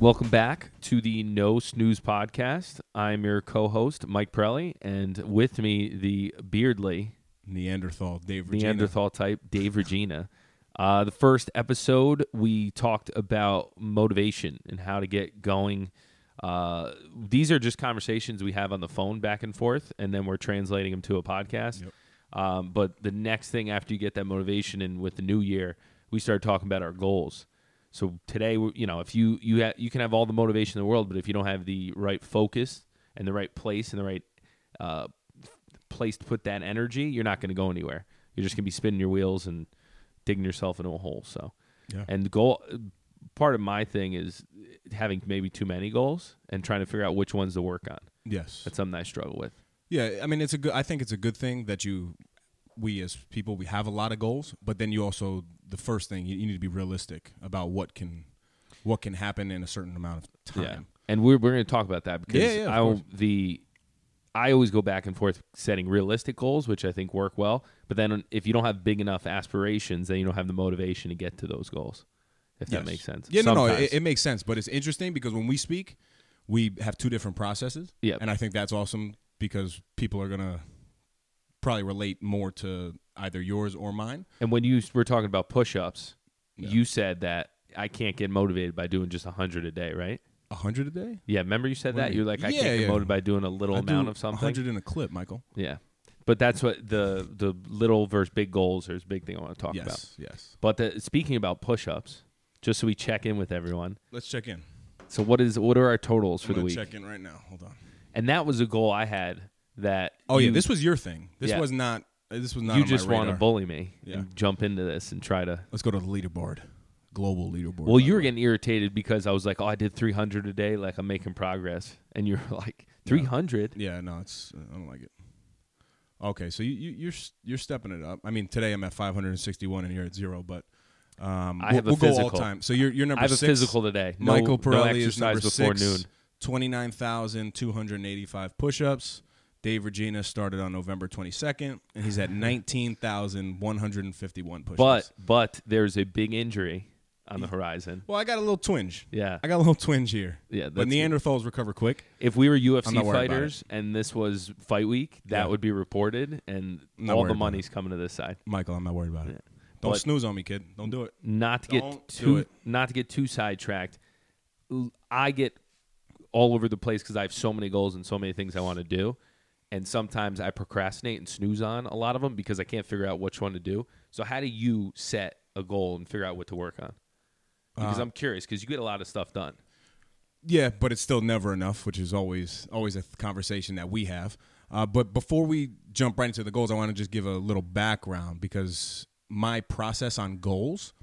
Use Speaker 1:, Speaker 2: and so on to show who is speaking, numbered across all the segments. Speaker 1: Welcome back to the No Snooze podcast. I'm your co-host Mike Prelli, and with me the beardly
Speaker 2: Neanderthal Dave Regina.
Speaker 1: Neanderthal type Dave Regina. Uh, the first episode we talked about motivation and how to get going. Uh, these are just conversations we have on the phone back and forth, and then we're translating them to a podcast.
Speaker 2: Yep.
Speaker 1: Um, but the next thing after you get that motivation, and with the new year, we start talking about our goals. So today, we- you know, if you you ha- you can have all the motivation in the world, but if you don't have the right focus and the right place and the right uh, place to put that energy, you're not going to go anywhere. You're just going to be spinning your wheels and digging yourself into a hole. So,
Speaker 2: Yeah.
Speaker 1: and the goal part of my thing is having maybe too many goals and trying to figure out which ones to work on.
Speaker 2: Yes.
Speaker 1: That's something I struggle with.
Speaker 2: Yeah, I mean it's a good I think it's a good thing that you we as people we have a lot of goals, but then you also the first thing you, you need to be realistic about what can what can happen in a certain amount of time.
Speaker 1: And we're, we're going to talk about that because
Speaker 2: Yeah, yeah, of
Speaker 1: I will-
Speaker 2: course.
Speaker 1: the I always go back and forth setting realistic goals, which I think work well. But then if you don't have big enough aspirations, then you don't have the motivation to get to those goals. If that
Speaker 2: Yes.
Speaker 1: makes sense.
Speaker 2: Yeah, no, no,
Speaker 1: Sometimes.
Speaker 2: it, it makes sense, but it's interesting because when we speak, we have two different processes.
Speaker 1: Yep.
Speaker 2: and I think that's awesome because people are gonna probably relate more to either yours or mine.
Speaker 1: and when you s- were talking about push-ups, you said that I can't get motivated by doing just 100 a day, right?
Speaker 2: A hundred a day.
Speaker 1: Yeah, remember you said
Speaker 2: What do
Speaker 1: that?
Speaker 2: you
Speaker 1: You're
Speaker 2: mean?
Speaker 1: like, I
Speaker 2: Yeah,
Speaker 1: can't get
Speaker 2: yeah.
Speaker 1: motivated by doing a little amount of something.
Speaker 2: Hundred in a clip, Michael.
Speaker 1: Yeah. But that's what the the little versus big goals is a big thing I want to talk about.
Speaker 2: Yes, yes.
Speaker 1: But the, speaking about push-ups, just so we check in with everyone.
Speaker 2: Let's check in.
Speaker 1: So what is what are our totals for
Speaker 2: I'm
Speaker 1: the
Speaker 2: gonna
Speaker 1: week?
Speaker 2: check in right now. Hold on.
Speaker 1: And that was a goal I had that.
Speaker 2: Oh yeah,
Speaker 1: you-
Speaker 2: this was your thing. This
Speaker 1: Yeah.
Speaker 2: was not. This was not.
Speaker 1: you
Speaker 2: on
Speaker 1: just
Speaker 2: my
Speaker 1: want to
Speaker 2: radar.
Speaker 1: bully me
Speaker 2: Yeah.
Speaker 1: and jump into this and try to.
Speaker 2: Let's go to the leaderboard, global leaderboard.
Speaker 1: Well,
Speaker 2: by
Speaker 1: you
Speaker 2: the
Speaker 1: were
Speaker 2: way.
Speaker 1: getting irritated because I was like, "Oh, I did 300 a day. Like I'm making progress," and you're like, "300."
Speaker 2: Yeah, no, it's. I don't like it. Okay, so you, you you're s- you're stepping it up. I mean, today I'm at 561 and you're at zero, but um,
Speaker 1: I
Speaker 2: we'll,
Speaker 1: have a
Speaker 2: we'll go all
Speaker 1: physical.
Speaker 2: time. So you're you're number
Speaker 1: I have a
Speaker 2: six.
Speaker 1: physical today. No,
Speaker 2: Michael
Speaker 1: no
Speaker 2: Pirelli
Speaker 1: exercise
Speaker 2: is
Speaker 1: before
Speaker 2: number six.
Speaker 1: noon.
Speaker 2: 29,285 push-ups. Dave Regina started on November 22nd, and he's at 19,151 push-ups.
Speaker 1: But but there's a big injury on the horizon.
Speaker 2: well, I got a little twinge.
Speaker 1: Yeah.
Speaker 2: I got a little twinge here.
Speaker 1: Yeah,
Speaker 2: but
Speaker 1: that's-
Speaker 2: Neanderthals recover quick.
Speaker 1: If we were
Speaker 2: I'm
Speaker 1: UFC
Speaker 2: not worried about
Speaker 1: fighters and this was fight week, that
Speaker 2: Yeah.
Speaker 1: would be reported, and
Speaker 2: Not
Speaker 1: all
Speaker 2: worried
Speaker 1: the
Speaker 2: about
Speaker 1: money's coming to this side.
Speaker 2: Michael, I'm not worried about it. Don't
Speaker 1: But-
Speaker 2: snooze on me, kid. Don't do it.
Speaker 1: Not to get
Speaker 2: Don't do
Speaker 1: too
Speaker 2: it.
Speaker 1: not to get too sidetracked. l- I get all over the place because I have so many goals and so many things I want to do, and sometimes I procrastinate and snooze on a lot of them because I can't figure out which one to do. So, how do you set a goal and figure out what to work on? Because
Speaker 2: Uh,
Speaker 1: I'm curious because you get a lot of stuff done.
Speaker 2: Yeah, but it's still never enough, which is always always a th- conversation that we have. Uh, but before we jump right into the goals, I want to just give a little background because my process on goals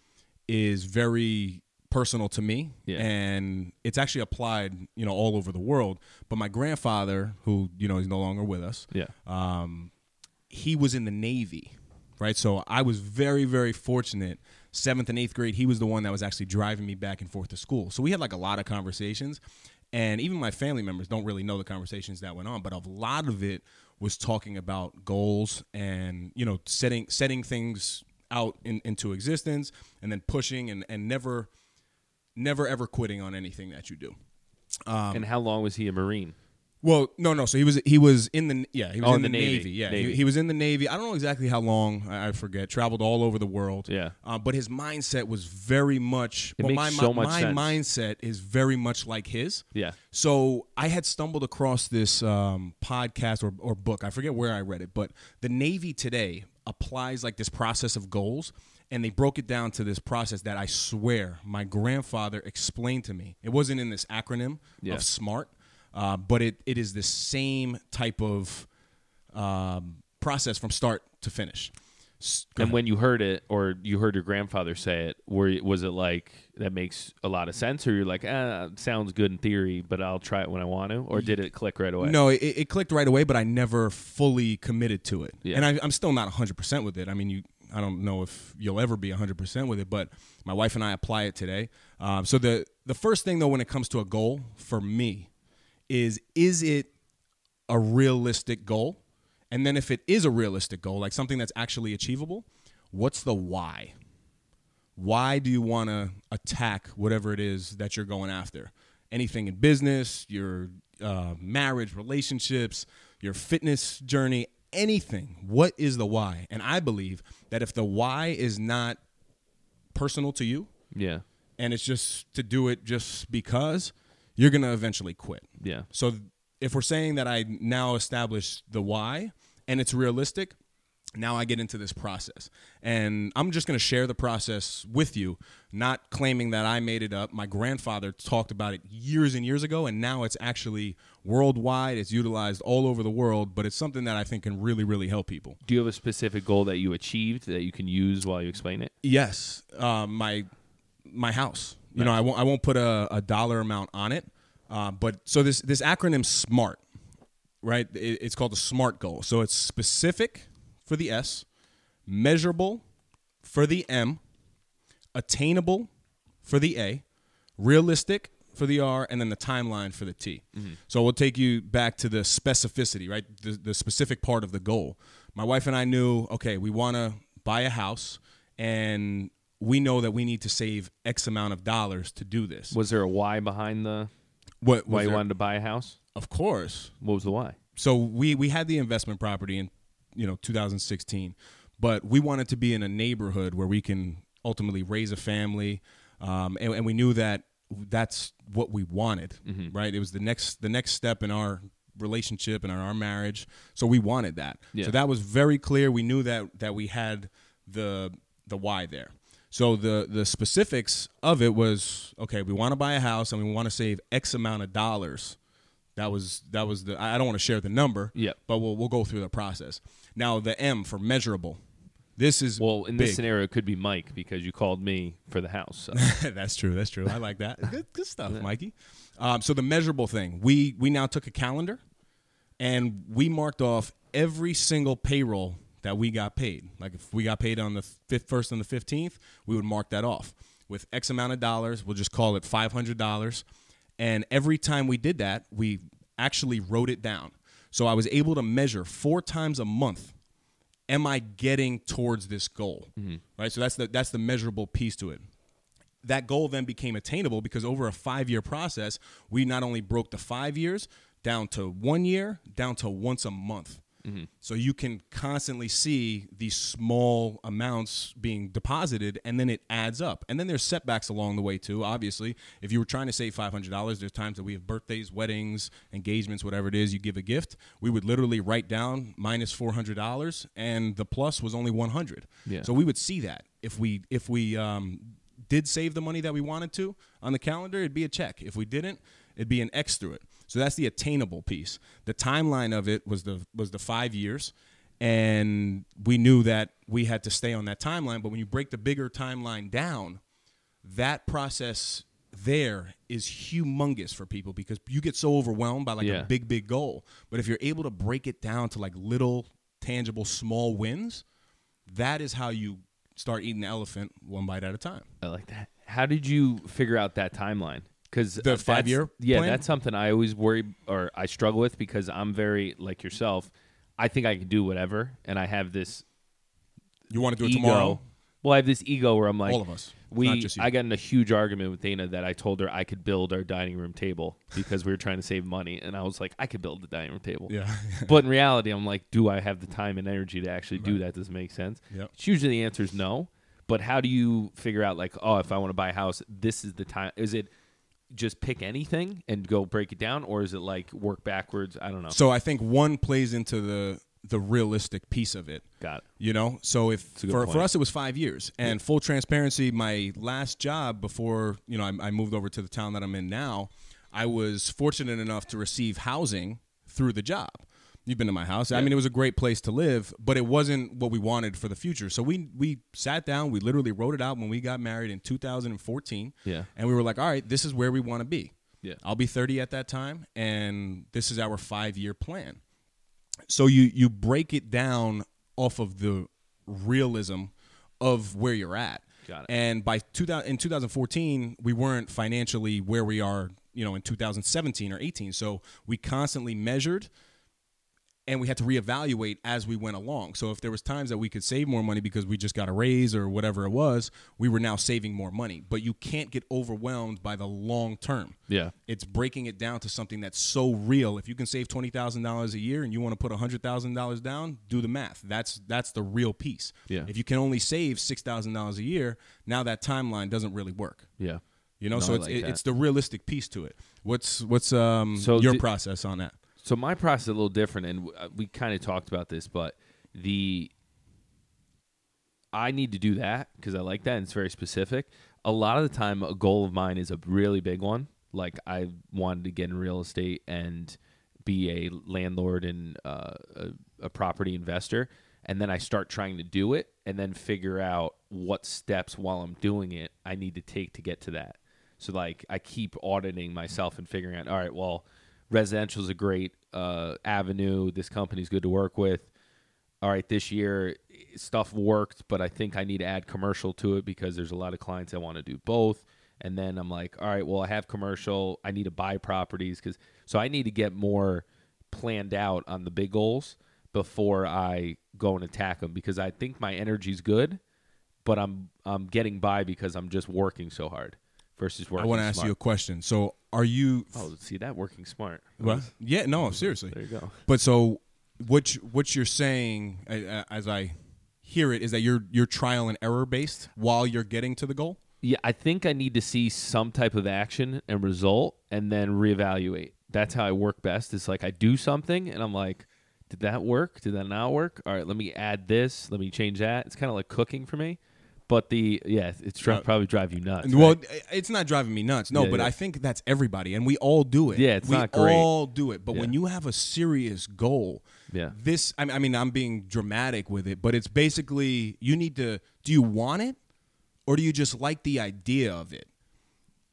Speaker 2: is very personal to me,
Speaker 1: Yeah.
Speaker 2: and it's actually applied, you know, all over the world. But my grandfather, who you know is no longer with us,
Speaker 1: Yeah.
Speaker 2: um, he was in the Navy, right? So I was very, very fortunate. Seventh and eighth grade, he was the one that was actually driving me back and forth to school. So we had like a lot of conversations. And even my family members don't really know the conversations that went on, but a lot of it was talking about goals and, you know, setting setting things out in, into existence and then pushing and, and never never ever quitting on anything that you do. Um,
Speaker 1: and how long was he a Marine?
Speaker 2: Well, no, no. So he was he was in the yeah he was
Speaker 1: Oh,
Speaker 2: in
Speaker 1: the
Speaker 2: the,
Speaker 1: Navy.
Speaker 2: Navy. Yeah,
Speaker 1: Navy.
Speaker 2: He, he was in the Navy. I don't know exactly how long. I, I forget. Traveled all over the world.
Speaker 1: Yeah.
Speaker 2: Uh, but his mindset was very much.
Speaker 1: It
Speaker 2: well,
Speaker 1: makes
Speaker 2: my,
Speaker 1: so
Speaker 2: my,
Speaker 1: much
Speaker 2: my
Speaker 1: sense.
Speaker 2: mindset is very much like his.
Speaker 1: Yeah.
Speaker 2: So I had stumbled across this um, podcast or, or book. I forget where I read it, but the Navy today applies like this process of goals, and they broke it down to this process that I swear my grandfather explained to me. It wasn't in this acronym
Speaker 1: Yeah.
Speaker 2: of SMART, uh, but it, it is the same type of um, process from start to finish. S- go
Speaker 1: And
Speaker 2: ahead.
Speaker 1: when you heard it, or you heard your grandfather say it, were you- was it like that makes a lot of sense, or you're like, ah, it sounds good in theory, but I'll try it when I want to, or did it click right away?
Speaker 2: No, it, it clicked right away, but I never fully committed to it,
Speaker 1: Yeah.
Speaker 2: and I, I'm still not 100 percent with it. I mean, you, I don't know if you'll ever be 100 percent with it, but my wife and I apply it today. Um, so the the first thing though, when it comes to a goal for me, is is it a realistic goal? And then if it is a realistic goal, like something that's actually achievable, what's the why? why do you want to attack whatever it is that you're going after? Anything in business, your uh, marriage, relationships, your fitness journey, anything. What is the why? And I believe that if the why is not personal to you
Speaker 1: Yeah,
Speaker 2: and it's just to do it just because, you're going to eventually quit.
Speaker 1: yeah,
Speaker 2: So th- if we're saying that I now establish the why and it's realistic, now I get into this process. And I'm just going to share the process with you, not claiming that I made it up. My grandfather talked about it years and years ago, and now it's actually worldwide. It's utilized all over the world, but it's something that I think can really, really help people.
Speaker 1: Do you have a specific goal that you achieved that you can use while you explain it?
Speaker 2: Yes, um, my my house. You know, I won't I won't put a, a dollar amount on it, uh, but so this this acronym SMART, right? It, it's called a SMART goal. So it's specific for the S, measurable for the M, attainable for the A, realistic for the R, and then the timeline for the T. So we'll take you back to the specificity, right? The, the specific part of the goal. My wife and I knew, okay, we want to buy a house, and we know that we need to save X amount of dollars to do this.
Speaker 1: Was there a why behind the
Speaker 2: What
Speaker 1: why
Speaker 2: was
Speaker 1: you
Speaker 2: there-
Speaker 1: wanted to buy a house?
Speaker 2: Of course.
Speaker 1: What was the why?
Speaker 2: So we we had the investment property in you know 2016, but we wanted to be in a neighborhood where we can ultimately raise a family, um, and, and we knew that that's what we wanted, right? It was the next the next step in our relationship and our, our marriage. So we wanted that.
Speaker 1: Yeah.
Speaker 2: So that was very clear. We knew that that we had the the why there. So the the specifics of it was okay. We want to buy a house and we want to save X amount of dollars. That was that was the. I I don't want to share the number.
Speaker 1: Yep.
Speaker 2: But we'll we'll go through the process. Now the M for measurable. This is
Speaker 1: Well, in
Speaker 2: big.
Speaker 1: this scenario, it could be Mike because you called me for the house. So.
Speaker 2: that's true. That's true. I like that. Good, good stuff, Mikey. Um, so the measurable thing, we we now took a calendar, and we marked off every single payroll that we got paid. Like if we got paid on the fifth, first and the fifteenth, we would mark that off with X amount of dollars. We'll just call it five hundred dollars, and every time we did that, we actually wrote it down. So I was able to measure four times a month am I getting towards this goal? Right. So that's the that's the measurable piece to it. That goal then became attainable because over a five year process, we not only broke the five years down to one year, down to once a month. So you can constantly see these small amounts being deposited, and then it adds up. And then there's setbacks along the way too. Obviously, if you were trying to save five hundred dollars, there's times that we have birthdays, weddings, engagements, whatever it is. You give a gift, we would literally write down minus four hundred dollars, and the plus was only one hundred.
Speaker 1: Yeah.
Speaker 2: So we would see that if we if we um, did save the money that we wanted to on the calendar, it'd be a check. If we didn't, it'd be an X through it. So that's the attainable piece. The timeline of it was the was the five years, and we knew that we had to stay on that timeline. But when you break the bigger timeline down, that process there is humongous for people because you get so overwhelmed by like
Speaker 1: Yeah.
Speaker 2: a big big goal. But if you're able to break it down to like little tangible small wins, that is how you start eating the elephant one bite at a time.
Speaker 1: I like that. How did you figure out that timeline? Because
Speaker 2: The five-year
Speaker 1: yeah,
Speaker 2: plan?
Speaker 1: that's something I always worry or I struggle with because I'm very like yourself. I think I can do whatever, and I have this
Speaker 2: You want to do it
Speaker 1: ego.
Speaker 2: tomorrow?
Speaker 1: Well, I have this ego where I'm like,
Speaker 2: All of us,
Speaker 1: We,
Speaker 2: not just you.
Speaker 1: I got in a huge argument with Dana that I told her I could build our dining room table because we were trying to save money, and I was like, I could build the dining room table.
Speaker 2: Yeah.
Speaker 1: but in reality, I'm like, do I have the time and energy to actually do that? Does it make sense?
Speaker 2: Yep.
Speaker 1: It's usually the answer is no. But how do you figure out like, oh, if I want to buy a house, this is the time? Is it just pick anything and go break it down, or is it like work backwards? I don't know.
Speaker 2: So I think one plays into the the realistic piece of it.
Speaker 1: Got it.
Speaker 2: You know, so if
Speaker 1: a good
Speaker 2: for, for
Speaker 1: point.
Speaker 2: us it was five years, and full transparency, my last job before you know I, I moved over to the town that I'm in now, I was fortunate enough to receive housing through the job. You've been to my house. I mean, it was a great place to live, but it wasn't what we wanted for the future. So we we sat down, we literally wrote it out when we got married in 2014.
Speaker 1: Yeah.
Speaker 2: And we were like, all right, this is where we want to be.
Speaker 1: Yeah.
Speaker 2: I'll be 30 at that time, and this is our five year plan. So you you break it down off of the realism of where you're at.
Speaker 1: Got it.
Speaker 2: And by 2000, in 2014, we weren't financially where we are, you know, in 2017 or 18. So we constantly measured and we had to reevaluate as we went along. So if there was times that we could save more money because we just got a raise or whatever it was, we were now saving more money. But you can't get overwhelmed by the long term.
Speaker 1: Yeah.
Speaker 2: It's breaking it down to something that's so real. If you can save twenty thousand dollars a year and you want to put hundred thousand dollars down, do the math. That's that's the real piece.
Speaker 1: Yeah.
Speaker 2: If you can only save six thousand dollars a year, now that timeline doesn't really work.
Speaker 1: Yeah.
Speaker 2: You know,
Speaker 1: No,
Speaker 2: so
Speaker 1: I
Speaker 2: it's
Speaker 1: like
Speaker 2: it-
Speaker 1: that.
Speaker 2: it's the realistic piece to it. What's what's um
Speaker 1: So
Speaker 2: your
Speaker 1: the-
Speaker 2: process on that?
Speaker 1: So my process is a little different, and w- uh, we kind of talked about this, but the I need to do that because I like that and it's very specific. A lot of the time, a goal of mine is a really big one. Like I wanted to get in real estate and be a landlord and uh, a, a property investor, and then I start trying to do it, and then figure out what steps while I'm doing it I need to take to get to that. So like I keep auditing myself and figuring out, all right, well, residential is a great uh, avenue. This company's good to work with. All right, this year stuff worked, but I think I need to add commercial to it because there's a lot of clients that want to do both. And then I'm like, all right, well, I have commercial. I need to buy properties because so I need to get more planned out on the big goals before I go and attack them because I think my energy's good, but I'm I'm getting by because I'm just working so hard versus working.
Speaker 2: I want to ask
Speaker 1: smart.
Speaker 2: you a question. So are you
Speaker 1: Oh, see that working smart.
Speaker 2: Well, yeah, no, seriously.
Speaker 1: There you go.
Speaker 2: But so, what you- what you're saying, uh, uh, as I hear it, is that you're you're trial and error based while you're getting to the goal.
Speaker 1: Yeah, I think I need to see some type of action and result and then reevaluate. That's how I work best. It's like I do something and I'm like, did that work? Did that not work? All right, let me add this. Let me change that. It's kind of like cooking for me. But the, yeah, it's
Speaker 2: Uh,
Speaker 1: dri- probably drive you nuts.
Speaker 2: Well,
Speaker 1: right?
Speaker 2: i- it's not driving me nuts. No,
Speaker 1: Yeah,
Speaker 2: but
Speaker 1: yeah.
Speaker 2: I think that's everybody, and we all do it.
Speaker 1: Yeah, it's
Speaker 2: we
Speaker 1: not great.
Speaker 2: all do it. But when
Speaker 1: Yeah.
Speaker 2: you have a serious goal,
Speaker 1: Yeah.
Speaker 2: this. I mean, I mean, I'm being dramatic with it, but it's basically you need to. Do you want it, or do you just like the idea of it?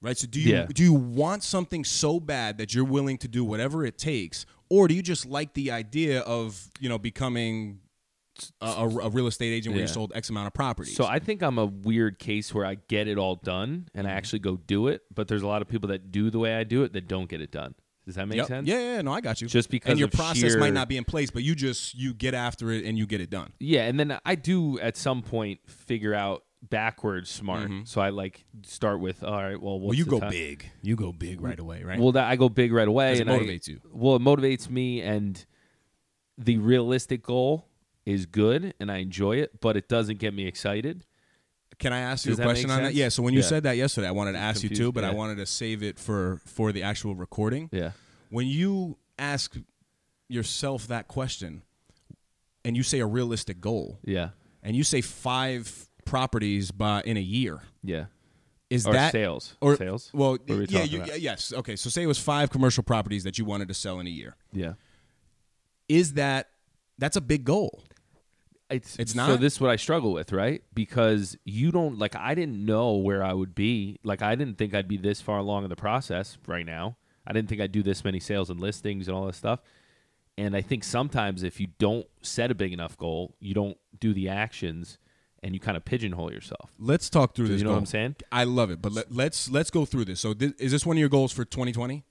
Speaker 2: Right. So do you
Speaker 1: Yeah.
Speaker 2: do you want something so bad that you're willing to do whatever it takes, or do you just like the idea of you know becoming a, a- a real estate agent where you
Speaker 1: Yeah.
Speaker 2: sold X amount of properties?
Speaker 1: So I think I'm a weird case where I get it all done and I
Speaker 2: Mm-hmm.
Speaker 1: actually go do it. But there's a lot of people that do the way I do it that don't get it done. Does that make
Speaker 2: Yep.
Speaker 1: sense?
Speaker 2: Yeah, yeah, yeah, no, I got you.
Speaker 1: Just because
Speaker 2: and your
Speaker 1: of
Speaker 2: process
Speaker 1: sheer-
Speaker 2: might not be in place, but you just you get after it and you get it done.
Speaker 1: Yeah, and then I do at some point figure out backwards smart. So I like start with all right. Well, what's
Speaker 2: Mm-hmm. Well, you
Speaker 1: the
Speaker 2: go
Speaker 1: time-
Speaker 2: big. You go big right away, right?
Speaker 1: Well, that I go big right away.
Speaker 2: 'Cause it
Speaker 1: and I-
Speaker 2: motivates you.
Speaker 1: Well, it motivates me, and the realistic goal is good, and I enjoy it, but it doesn't get me excited.
Speaker 2: Can I ask you a
Speaker 1: Does that make
Speaker 2: question on that?
Speaker 1: sense?
Speaker 2: Yeah. So when you
Speaker 1: Yeah.
Speaker 2: said that yesterday, I wanted to ask you
Speaker 1: confused,
Speaker 2: too, but I
Speaker 1: yeah.
Speaker 2: wanted to save it for for the actual recording.
Speaker 1: Yeah.
Speaker 2: When you ask yourself that question, and you say a realistic goal,
Speaker 1: Yeah.
Speaker 2: and you say five properties by in a year,
Speaker 1: Yeah.
Speaker 2: is
Speaker 1: Or
Speaker 2: that
Speaker 1: sales.
Speaker 2: or
Speaker 1: Sales?
Speaker 2: Well,
Speaker 1: What are we
Speaker 2: yeah,
Speaker 1: talking
Speaker 2: you,
Speaker 1: about?
Speaker 2: yeah, yes. Okay, so say it was five commercial properties that you wanted to sell in a year.
Speaker 1: Yeah.
Speaker 2: is that that's a big goal.
Speaker 1: It's
Speaker 2: It's
Speaker 1: So
Speaker 2: not?
Speaker 1: this is what I struggle with, right? Because you don't like I didn't know where I would be. Like I didn't think I'd be this far along in the process right now. I didn't think I'd do this many sales and listings and all this stuff. And I think sometimes if you don't set a big enough goal, you don't do the actions and you kind of pigeonhole yourself.
Speaker 2: Let's talk through this.
Speaker 1: You know what
Speaker 2: goal.
Speaker 1: I'm saying?
Speaker 2: I love it, but let, let's let's go through this. So, thi- is this one of your goals for 2020?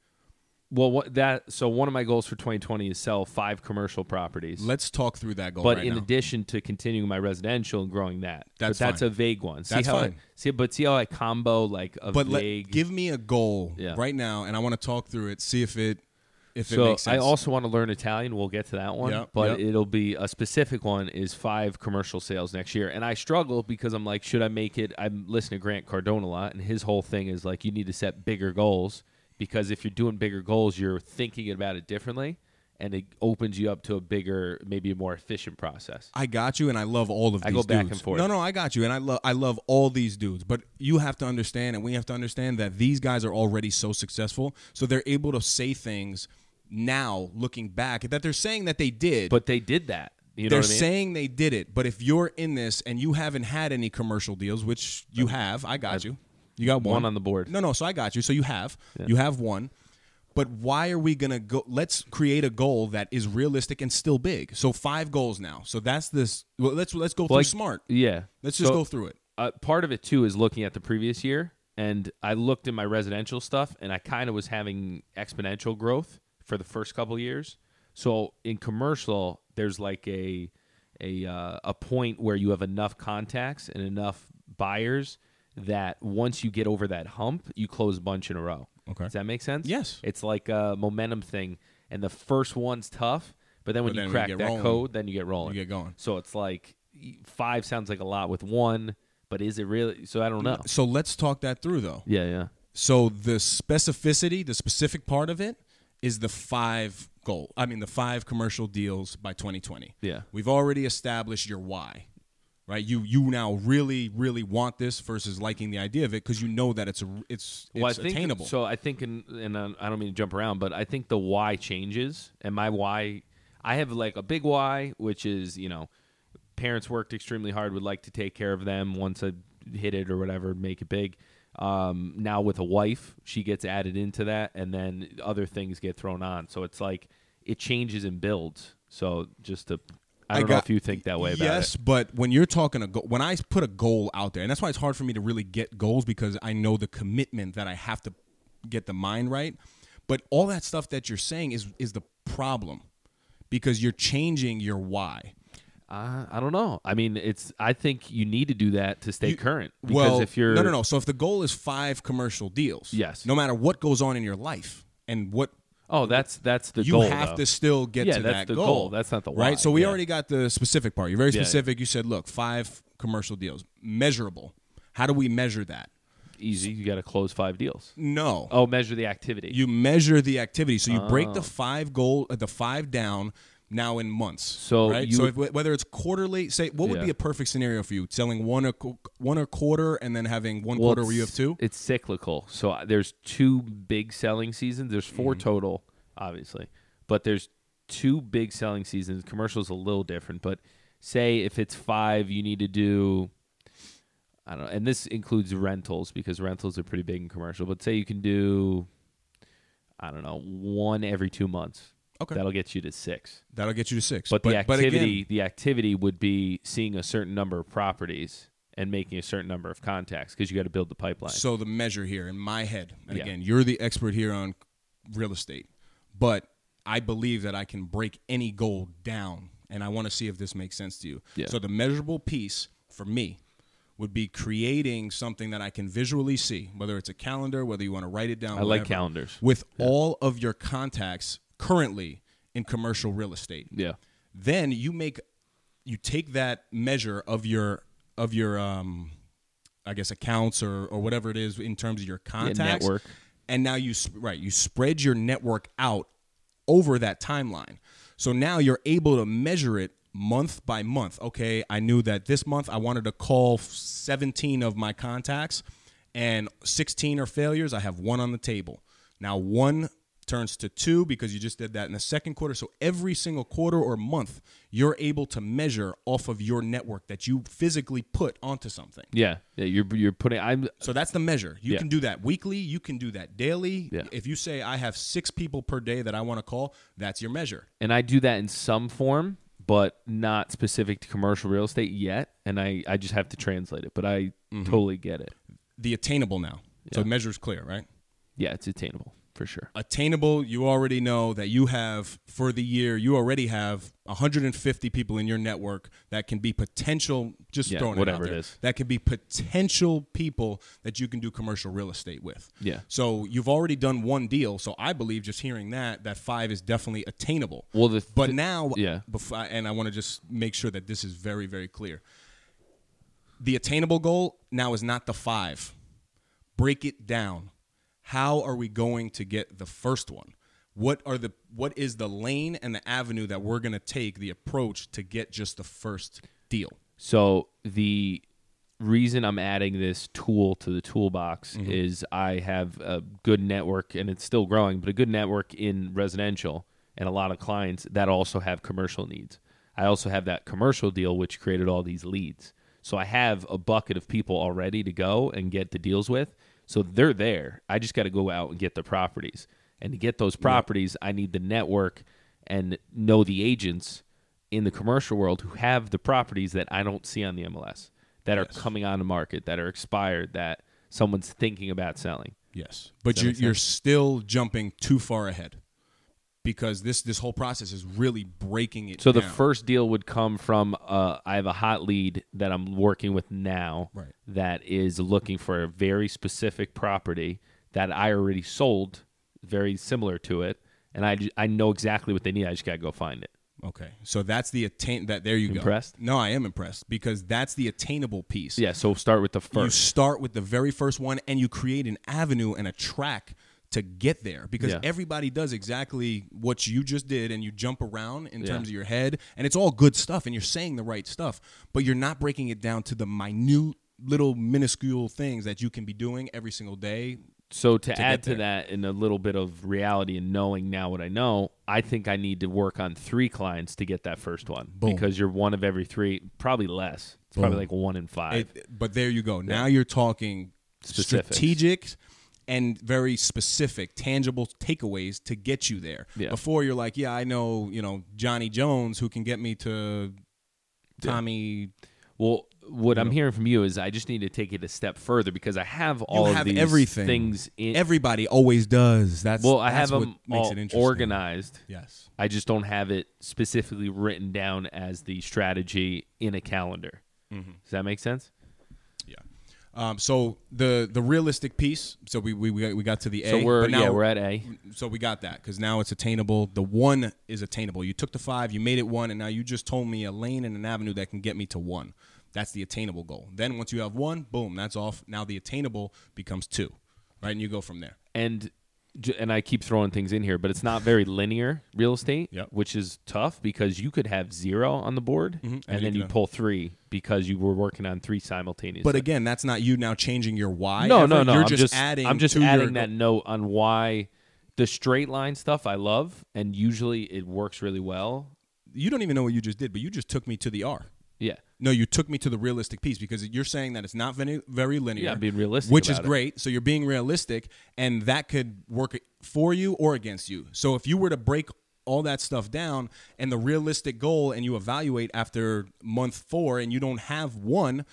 Speaker 1: Well, what that so one of my goals for 2020 is sell 5 commercial properties.
Speaker 2: Let's talk through that goal.
Speaker 1: but
Speaker 2: right
Speaker 1: in
Speaker 2: now.
Speaker 1: addition to continuing my residential and growing that.
Speaker 2: That's
Speaker 1: but that's
Speaker 2: fine.
Speaker 1: a vague one. See
Speaker 2: That's
Speaker 1: how I,
Speaker 2: fine.
Speaker 1: see but see how I combo like a
Speaker 2: but let,
Speaker 1: vague
Speaker 2: give me a goal
Speaker 1: Yeah.
Speaker 2: right now, and I want to talk through it. See if it if it
Speaker 1: so
Speaker 2: makes sense.
Speaker 1: I also want to learn Italian. We'll get to that one,
Speaker 2: Yep,
Speaker 1: but
Speaker 2: yep.
Speaker 1: it'll be a specific one is five commercial sales next year. And I struggle because I'm like, should I make it? I'm listening to Grant Cardone a lot, and his whole thing is like, you need to set bigger goals because if you're doing bigger goals, you're thinking about it differently, and it opens you up to a bigger, maybe a more efficient process.
Speaker 2: I got you, and I love all of
Speaker 1: I
Speaker 2: these
Speaker 1: go back
Speaker 2: dudes.
Speaker 1: and forth.
Speaker 2: No, no, I got you, and I love I love all these dudes. But you have to understand, and we have to understand that these guys are already so successful, so they're able to say things now looking back that they're saying that they did.
Speaker 1: But they did that. You know
Speaker 2: they're
Speaker 1: what I mean?
Speaker 2: saying they did it, but if you're in this and you haven't had any commercial deals, which you have, I got you. You got one.
Speaker 1: One on the board.
Speaker 2: No, no, so I got you. So you have. You have one. But why are we going to go let's create a goal that is realistic and still big. So five goals now. So that's this well, let's let's go through
Speaker 1: Like-
Speaker 2: smart.
Speaker 1: Yeah.
Speaker 2: Let's just
Speaker 1: So-
Speaker 2: go through it.
Speaker 1: uh, part of it too is looking at the previous year and i looked in my residential stuff and i kind of was having exponential growth for the first couple years so in commercial there's like a a uh, a point where you have enough contacts and enough buyers that once you get over that hump you close a bunch in a row
Speaker 2: Okay.
Speaker 1: does that make sense
Speaker 2: Yes.
Speaker 1: it's like a momentum thing and the first one's tough but then when
Speaker 2: But
Speaker 1: you
Speaker 2: then we
Speaker 1: crack
Speaker 2: get
Speaker 1: that
Speaker 2: rolling.
Speaker 1: code then you get rolling
Speaker 2: You get going.
Speaker 1: so it's like five sounds like a lot with one, but is it really? So I don't know.
Speaker 2: So let's talk that through though.
Speaker 1: Yeah, yeah.
Speaker 2: So the specificity, the specific part of it is the five goal. I mean the five commercial deals by 2020.
Speaker 1: Yeah.
Speaker 2: We've already established your why. Right? You you now really really want this versus liking the idea of it cuz you know that it's a, it's
Speaker 1: Well,
Speaker 2: it's
Speaker 1: I think,
Speaker 2: attainable.
Speaker 1: So I think, in, and uh, I don't mean to jump around, but I think the why changes, and my why, I have like a big why, which is you know, parents worked extremely hard, would like to take care of them once I hit it or whatever, make it big. Um, now with a wife, she gets added into that, and then other things get thrown on. So it's like it changes and builds. So just to, I
Speaker 2: I
Speaker 1: don't know
Speaker 2: got-
Speaker 1: if you think that way about
Speaker 2: yes,
Speaker 1: it.
Speaker 2: but when you're talking a goal, when I put a goal out there, and that's why it's hard for me to really get goals because I know the commitment that I have to get the mind right. But all that stuff that you're saying is is the problem because you're changing your why.
Speaker 1: Uh, I don't know. I mean, it's. I think you need to do that to stay current. Because
Speaker 2: well,
Speaker 1: if you're
Speaker 2: no, no, no. So if the goal is five commercial deals,
Speaker 1: Yes.
Speaker 2: no matter what goes on in your life and what
Speaker 1: Oh, that's that's the
Speaker 2: you
Speaker 1: goal.
Speaker 2: have
Speaker 1: though.
Speaker 2: to still get
Speaker 1: Yeah,
Speaker 2: to
Speaker 1: that's
Speaker 2: that
Speaker 1: the
Speaker 2: goal.
Speaker 1: goal. That's not the why.
Speaker 2: right. So we
Speaker 1: Yeah.
Speaker 2: already got the specific part. You're very
Speaker 1: Yeah, yeah.
Speaker 2: specific. You said, look, five commercial deals, measurable. How do we measure that?
Speaker 1: easy. You got to close five deals.
Speaker 2: No.
Speaker 1: Oh, measure the activity.
Speaker 2: You measure the activity. So you break the five goal, uh, the five down now in months.
Speaker 1: So
Speaker 2: right.
Speaker 1: you
Speaker 2: so if,
Speaker 1: would-
Speaker 2: whether it's quarterly, say what would
Speaker 1: Yeah.
Speaker 2: be a perfect scenario for you? Selling one a qu- one a quarter and then having one
Speaker 1: Well,
Speaker 2: quarter where you have
Speaker 1: it's-
Speaker 2: two.
Speaker 1: It's cyclical. So uh, there's two big selling seasons. There's 4
Speaker 2: Mm-hmm.
Speaker 1: total, obviously, but there's two big selling seasons. Commercials a little different, but say if it's five, you need to do. I don't know, and this includes rentals because rentals are pretty big in commercial. But say you can do, I don't know, one every two months.
Speaker 2: Okay.
Speaker 1: that'll get you to six.
Speaker 2: That'll get you to six.
Speaker 1: But, the
Speaker 2: again,
Speaker 1: activity, the activity would be seeing a certain number of properties and making a certain number of contacts because you got to build the pipeline.
Speaker 2: so the measure here in my head, and
Speaker 1: Yeah.
Speaker 2: again, you're the expert here on real estate, but I believe that I can break any goal down, and I want to see if this makes sense to you.
Speaker 1: Yeah.
Speaker 2: So the measurable piece for me would be creating something that I can visually see, whether it's a calendar, whether you want to write it down.
Speaker 1: I like
Speaker 2: whatever,
Speaker 1: calendars.
Speaker 2: With all of your contacts currently in commercial real estate
Speaker 1: yeah,
Speaker 2: then you make you take that measure of your of your um i guess accounts or or whatever it is in terms of your contacts
Speaker 1: network.
Speaker 2: and now you sp- right you spread your network out over that timeline so now you're able to measure it month by month okay i knew that this month i wanted to call 17 of my contacts and 16 are failures i have one on the table now one turns to two because you just did that in the second quarter. So every single quarter or month, you're able to measure off of your network that you physically put onto something.
Speaker 1: yeah, yeah. You're you're putting. I'm
Speaker 2: So that's the measure. You
Speaker 1: Yeah.
Speaker 2: can do that weekly. You can do that daily.
Speaker 1: Yeah.
Speaker 2: If you say I have six people per day that I want to call, that's your measure.
Speaker 1: and I do that in some form, but not specific to commercial real estate yet. And I I just have to translate it, but I totally get it.
Speaker 2: The attainable now. So the measure's clear, right?
Speaker 1: Yeah, it's attainable for sure.
Speaker 2: Attainable, you already know that you have for the year, you already have 150 people in your network that can be potential, just
Speaker 1: Yeah,
Speaker 2: throwing
Speaker 1: whatever
Speaker 2: it,
Speaker 1: it
Speaker 2: out there,
Speaker 1: is.
Speaker 2: that could be potential people that you can do commercial real estate with.
Speaker 1: Yeah.
Speaker 2: So you've already done one deal. So I believe just hearing that, that five is definitely attainable.
Speaker 1: Well, the
Speaker 2: But now,
Speaker 1: Yeah.
Speaker 2: before, and I want to just make sure that this is very, very clear. The attainable goal now is not the five. Break it down. How are we going to get the first one? What are the what is the lane and the avenue that we're going to take the approach to get just the first deal?
Speaker 1: So the reason I'm adding this tool to the toolbox
Speaker 2: Mhm.
Speaker 1: is I have a good network and it's still growing, but a good network in residential and a lot of clients that also have commercial needs. I also have that commercial deal which created all these leads. So I have a bucket of people already to go and get the deals with. So they're there. I just got to go out and get the properties. And to get those properties, I need the network and know the agents in the commercial world who have the properties that I don't see on the MLS that are coming on the market that are expired that someone's thinking about selling.
Speaker 2: Yes, but
Speaker 1: that
Speaker 2: you're,
Speaker 1: make
Speaker 2: you're still jumping too far ahead because this this whole process is really breaking it.
Speaker 1: So the
Speaker 2: down.
Speaker 1: first deal would come from uh, I have a hot lead that I'm working with now
Speaker 2: Right.
Speaker 1: that is looking for a very specific property that I already sold, very similar to it, and I, ju- I know exactly what they need. I just gotta go find it.
Speaker 2: okay, so that's the attain that there you go.
Speaker 1: Impressed?
Speaker 2: No, I am impressed because that's the attainable piece.
Speaker 1: Yeah. So start with the
Speaker 2: you
Speaker 1: first.
Speaker 2: start with the very first one and you create an avenue and a track to get there because
Speaker 1: Yeah.
Speaker 2: everybody does exactly what you just did and you jump around in
Speaker 1: Yeah.
Speaker 2: terms of your head and it's all good stuff and you're saying the right stuff but you're not breaking it down to the minute little minuscule things that you can be doing every single day
Speaker 1: So to, add
Speaker 2: get
Speaker 1: to that, in a little bit of reality and knowing now what I know, I think I need to work on three clients to get that first one
Speaker 2: Boom.
Speaker 1: because you're one of every three, probably less. It's probably
Speaker 2: Boom.
Speaker 1: like one in five.
Speaker 2: It- but there you go. Now you're talking
Speaker 1: Specifics.
Speaker 2: strategic and very specific, tangible takeaways to get you there.
Speaker 1: Yeah.
Speaker 2: Before you're like, yeah, I know, you know, Johnny Jones who can get me to Tommy.
Speaker 1: Well, what I'm hearing from you is I just need to take it a step further because I have all
Speaker 2: have
Speaker 1: of these
Speaker 2: everything.
Speaker 1: things in.
Speaker 2: Everybody always does. That's
Speaker 1: well, I have
Speaker 2: that's
Speaker 1: them
Speaker 2: what makes
Speaker 1: all
Speaker 2: it interesting.
Speaker 1: organized.
Speaker 2: Yes.
Speaker 1: I just don't have it specifically written down as the strategy in a calendar.
Speaker 2: Mm-hmm.
Speaker 1: Does that make sense?
Speaker 2: Yeah. Um, so the the realistic piece. So we we, we got- we got to the A.
Speaker 1: so we're
Speaker 2: but now
Speaker 1: yeah we're at A.
Speaker 2: so we got that because now it's attainable. The one is attainable. You took the five, you made it one, and now you just told me a lane and an avenue that can get me to one. That's the attainable goal. Then once you have one, boom, that's off. Now the attainable becomes two, right? And you go from there.
Speaker 1: and j- and I keep throwing things in here, but it's not very linear real estate,
Speaker 2: Yep.
Speaker 1: which is tough because you could have zero on the board and,
Speaker 2: Mm-hmm. and you
Speaker 1: then you
Speaker 2: could-
Speaker 1: pull three because you were working on three simultaneously.
Speaker 2: But again, that's not you now changing your why.
Speaker 1: no,
Speaker 2: ever.
Speaker 1: no, no,
Speaker 2: You're
Speaker 1: I'm
Speaker 2: just,
Speaker 1: just
Speaker 2: adding.
Speaker 1: I'm just
Speaker 2: to your
Speaker 1: adding that
Speaker 2: goal.
Speaker 1: note on why the straight line stuff I love, and usually it works really well.
Speaker 2: You don't even know what you just did, but you just took me to the R.
Speaker 1: Yeah,
Speaker 2: No, you took me to the realistic piece because you're saying that it's not very, very linear.
Speaker 1: Yeah, I'm being realistic
Speaker 2: which is
Speaker 1: about it.
Speaker 2: great. So you're being realistic, and that could work for you or against you. So if you were to break all that stuff down and the realistic goal, and you evaluate after month four, and you don't have one.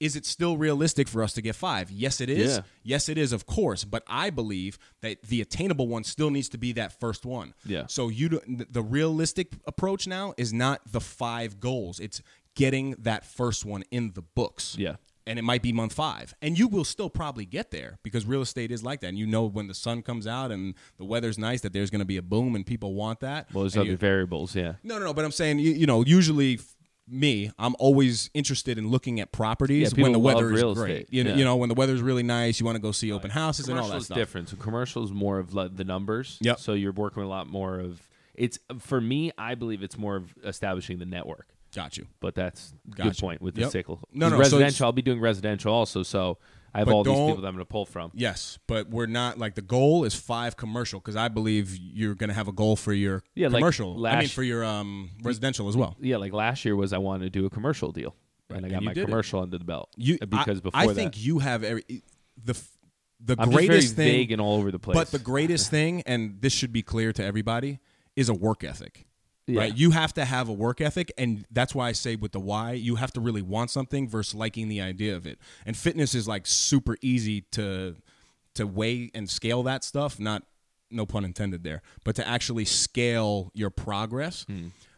Speaker 2: Is it still realistic for us to get five? Yes, it is.
Speaker 1: Yeah.
Speaker 2: Yes, it is, of course. But I believe that the attainable one still needs to be that first one.
Speaker 1: Yeah.
Speaker 2: So you do- the realistic approach now is not the five goals. It's getting that first one in the books.
Speaker 1: Yeah.
Speaker 2: And it might be month five, and you will still probably get there because real estate is like that. And you know when the sun comes out and the weather's nice that there's going to be a boom and people want that.
Speaker 1: well, there's
Speaker 2: And
Speaker 1: other
Speaker 2: you-
Speaker 1: variables. Yeah,
Speaker 2: no, no, no. But I'm saying you, you know usually. f- Me, I'm always interested in looking at
Speaker 1: Yeah,
Speaker 2: properties
Speaker 1: people
Speaker 2: when the
Speaker 1: love
Speaker 2: weather is
Speaker 1: real
Speaker 2: great.
Speaker 1: estate.
Speaker 2: You, know,
Speaker 1: Yeah.
Speaker 2: you know, when the weather's really nice, you want to go see open houses and all that
Speaker 1: Commercial is
Speaker 2: stuff.
Speaker 1: different. So commercial is more of like the numbers.
Speaker 2: Yep.
Speaker 1: So you're working with a lot more of it's for me. I believe it's more of establishing the network.
Speaker 2: Got you.
Speaker 1: But that's a good
Speaker 2: Gotcha.
Speaker 1: point with the
Speaker 2: Yep.
Speaker 1: cycle.
Speaker 2: No,
Speaker 1: 'Cause
Speaker 2: no, so it's-
Speaker 1: residential. I'll be doing residential also. So I have
Speaker 2: But
Speaker 1: all these
Speaker 2: don't-
Speaker 1: people that I'm going to pull from.
Speaker 2: Yes, but we're not like the goal is five commercial because I believe you're going to have a goal for your
Speaker 1: Yeah, like
Speaker 2: commercial. I mean
Speaker 1: last-
Speaker 2: for your um, residential as well.
Speaker 1: Yeah, like last year was I wanted to do a commercial deal, and I got
Speaker 2: and you
Speaker 1: my
Speaker 2: did it.
Speaker 1: commercial under the belt. uh,
Speaker 2: You I-
Speaker 1: because before
Speaker 2: I
Speaker 1: that,
Speaker 2: think you have every e, the f- the
Speaker 1: I'm
Speaker 2: greatest
Speaker 1: just very
Speaker 2: thing,
Speaker 1: vague and all over the place.
Speaker 2: but the greatest thing, and this should be clear to everybody, is a work ethic.
Speaker 1: Yeah.
Speaker 2: Right, you have to have a work ethic, and that's why I say with the why, you have to really want something versus liking the idea of it. And fitness is like super easy to to weigh and scale that stuff. Not no pun intended there, but to actually scale your progress,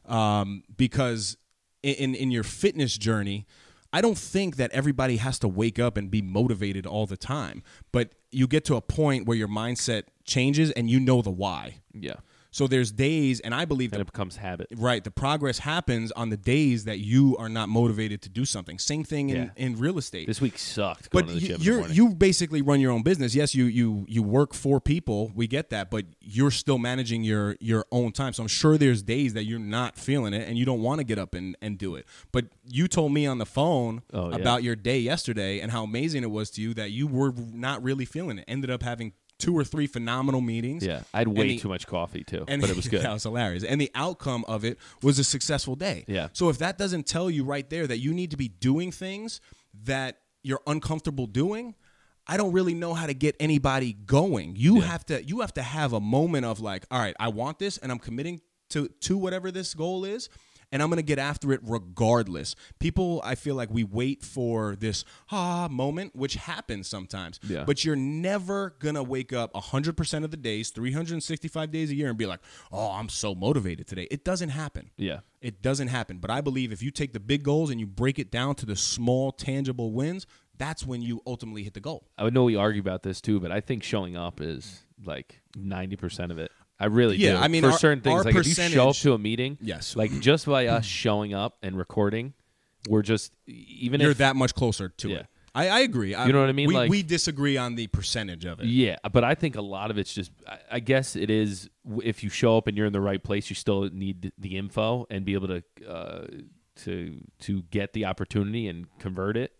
Speaker 2: um, because in, in in your fitness journey, I don't think that everybody has to wake up and be motivated all the time. But you get to a point where your mindset changes, and you know the why.
Speaker 1: yeah,
Speaker 2: So there's days, and I believe
Speaker 1: Then
Speaker 2: that
Speaker 1: it becomes habit.
Speaker 2: right the progress happens on the days that you are not motivated to do something. Same thing in,
Speaker 1: Yeah.
Speaker 2: in real estate.
Speaker 1: This week sucked. Going
Speaker 2: but
Speaker 1: to the
Speaker 2: you,
Speaker 1: gym in the
Speaker 2: you're
Speaker 1: morning.
Speaker 2: you basically run your own business. Yes, you you you work for people. We get that, but you're still managing your your own time. So I'm sure there's days that you're not feeling it and you don't want to get up and and do it. But you told me on the phone
Speaker 1: Oh, yeah.
Speaker 2: about your day yesterday and how amazing it was to you that you were not really feeling it. Ended up having two or three phenomenal meetings.
Speaker 1: yeah, I had way
Speaker 2: the-
Speaker 1: too much coffee too,
Speaker 2: And
Speaker 1: but it was good.
Speaker 2: that was hilarious. And the outcome of it was a successful day.
Speaker 1: Yeah.
Speaker 2: So if that doesn't tell you right there that you need to be doing things that you're uncomfortable doing, I don't really know how to get anybody going. You have to you have to have a moment of like, all right, I want this and I'm committing to to whatever this goal is. And I'm gonna get after it regardless. People, I feel like we wait for this ah moment, which happens sometimes.
Speaker 1: Yeah.
Speaker 2: But but you're never gonna wake up 100% of the days 365 days a year and be like oh i'm so motivated today it doesn't happen
Speaker 1: Yeah,
Speaker 2: it doesn't happen but i believe if you take the big goals and you break it down to the small tangible wins that's when you ultimately hit the goal
Speaker 1: I know we argue about this too, but I think showing up is like ninety percent of it. I really
Speaker 2: Yeah,
Speaker 1: do.
Speaker 2: I mean,
Speaker 1: for
Speaker 2: our-
Speaker 1: certain
Speaker 2: our
Speaker 1: things, like if you show up
Speaker 2: percentage-
Speaker 1: to a meeting,
Speaker 2: Yes.
Speaker 1: like just by us showing up and recording, we're just even
Speaker 2: you're
Speaker 1: if
Speaker 2: that much closer to
Speaker 1: Yeah.
Speaker 2: it I, I agree
Speaker 1: You know what I mean?
Speaker 2: we,
Speaker 1: Like-
Speaker 2: we disagree on the percentage of it
Speaker 1: Yeah, but I think a lot of it's just. I- I guess it is. w- If you show up and you're in the right place, you still need the info and be able to uh, to to get the opportunity and convert it.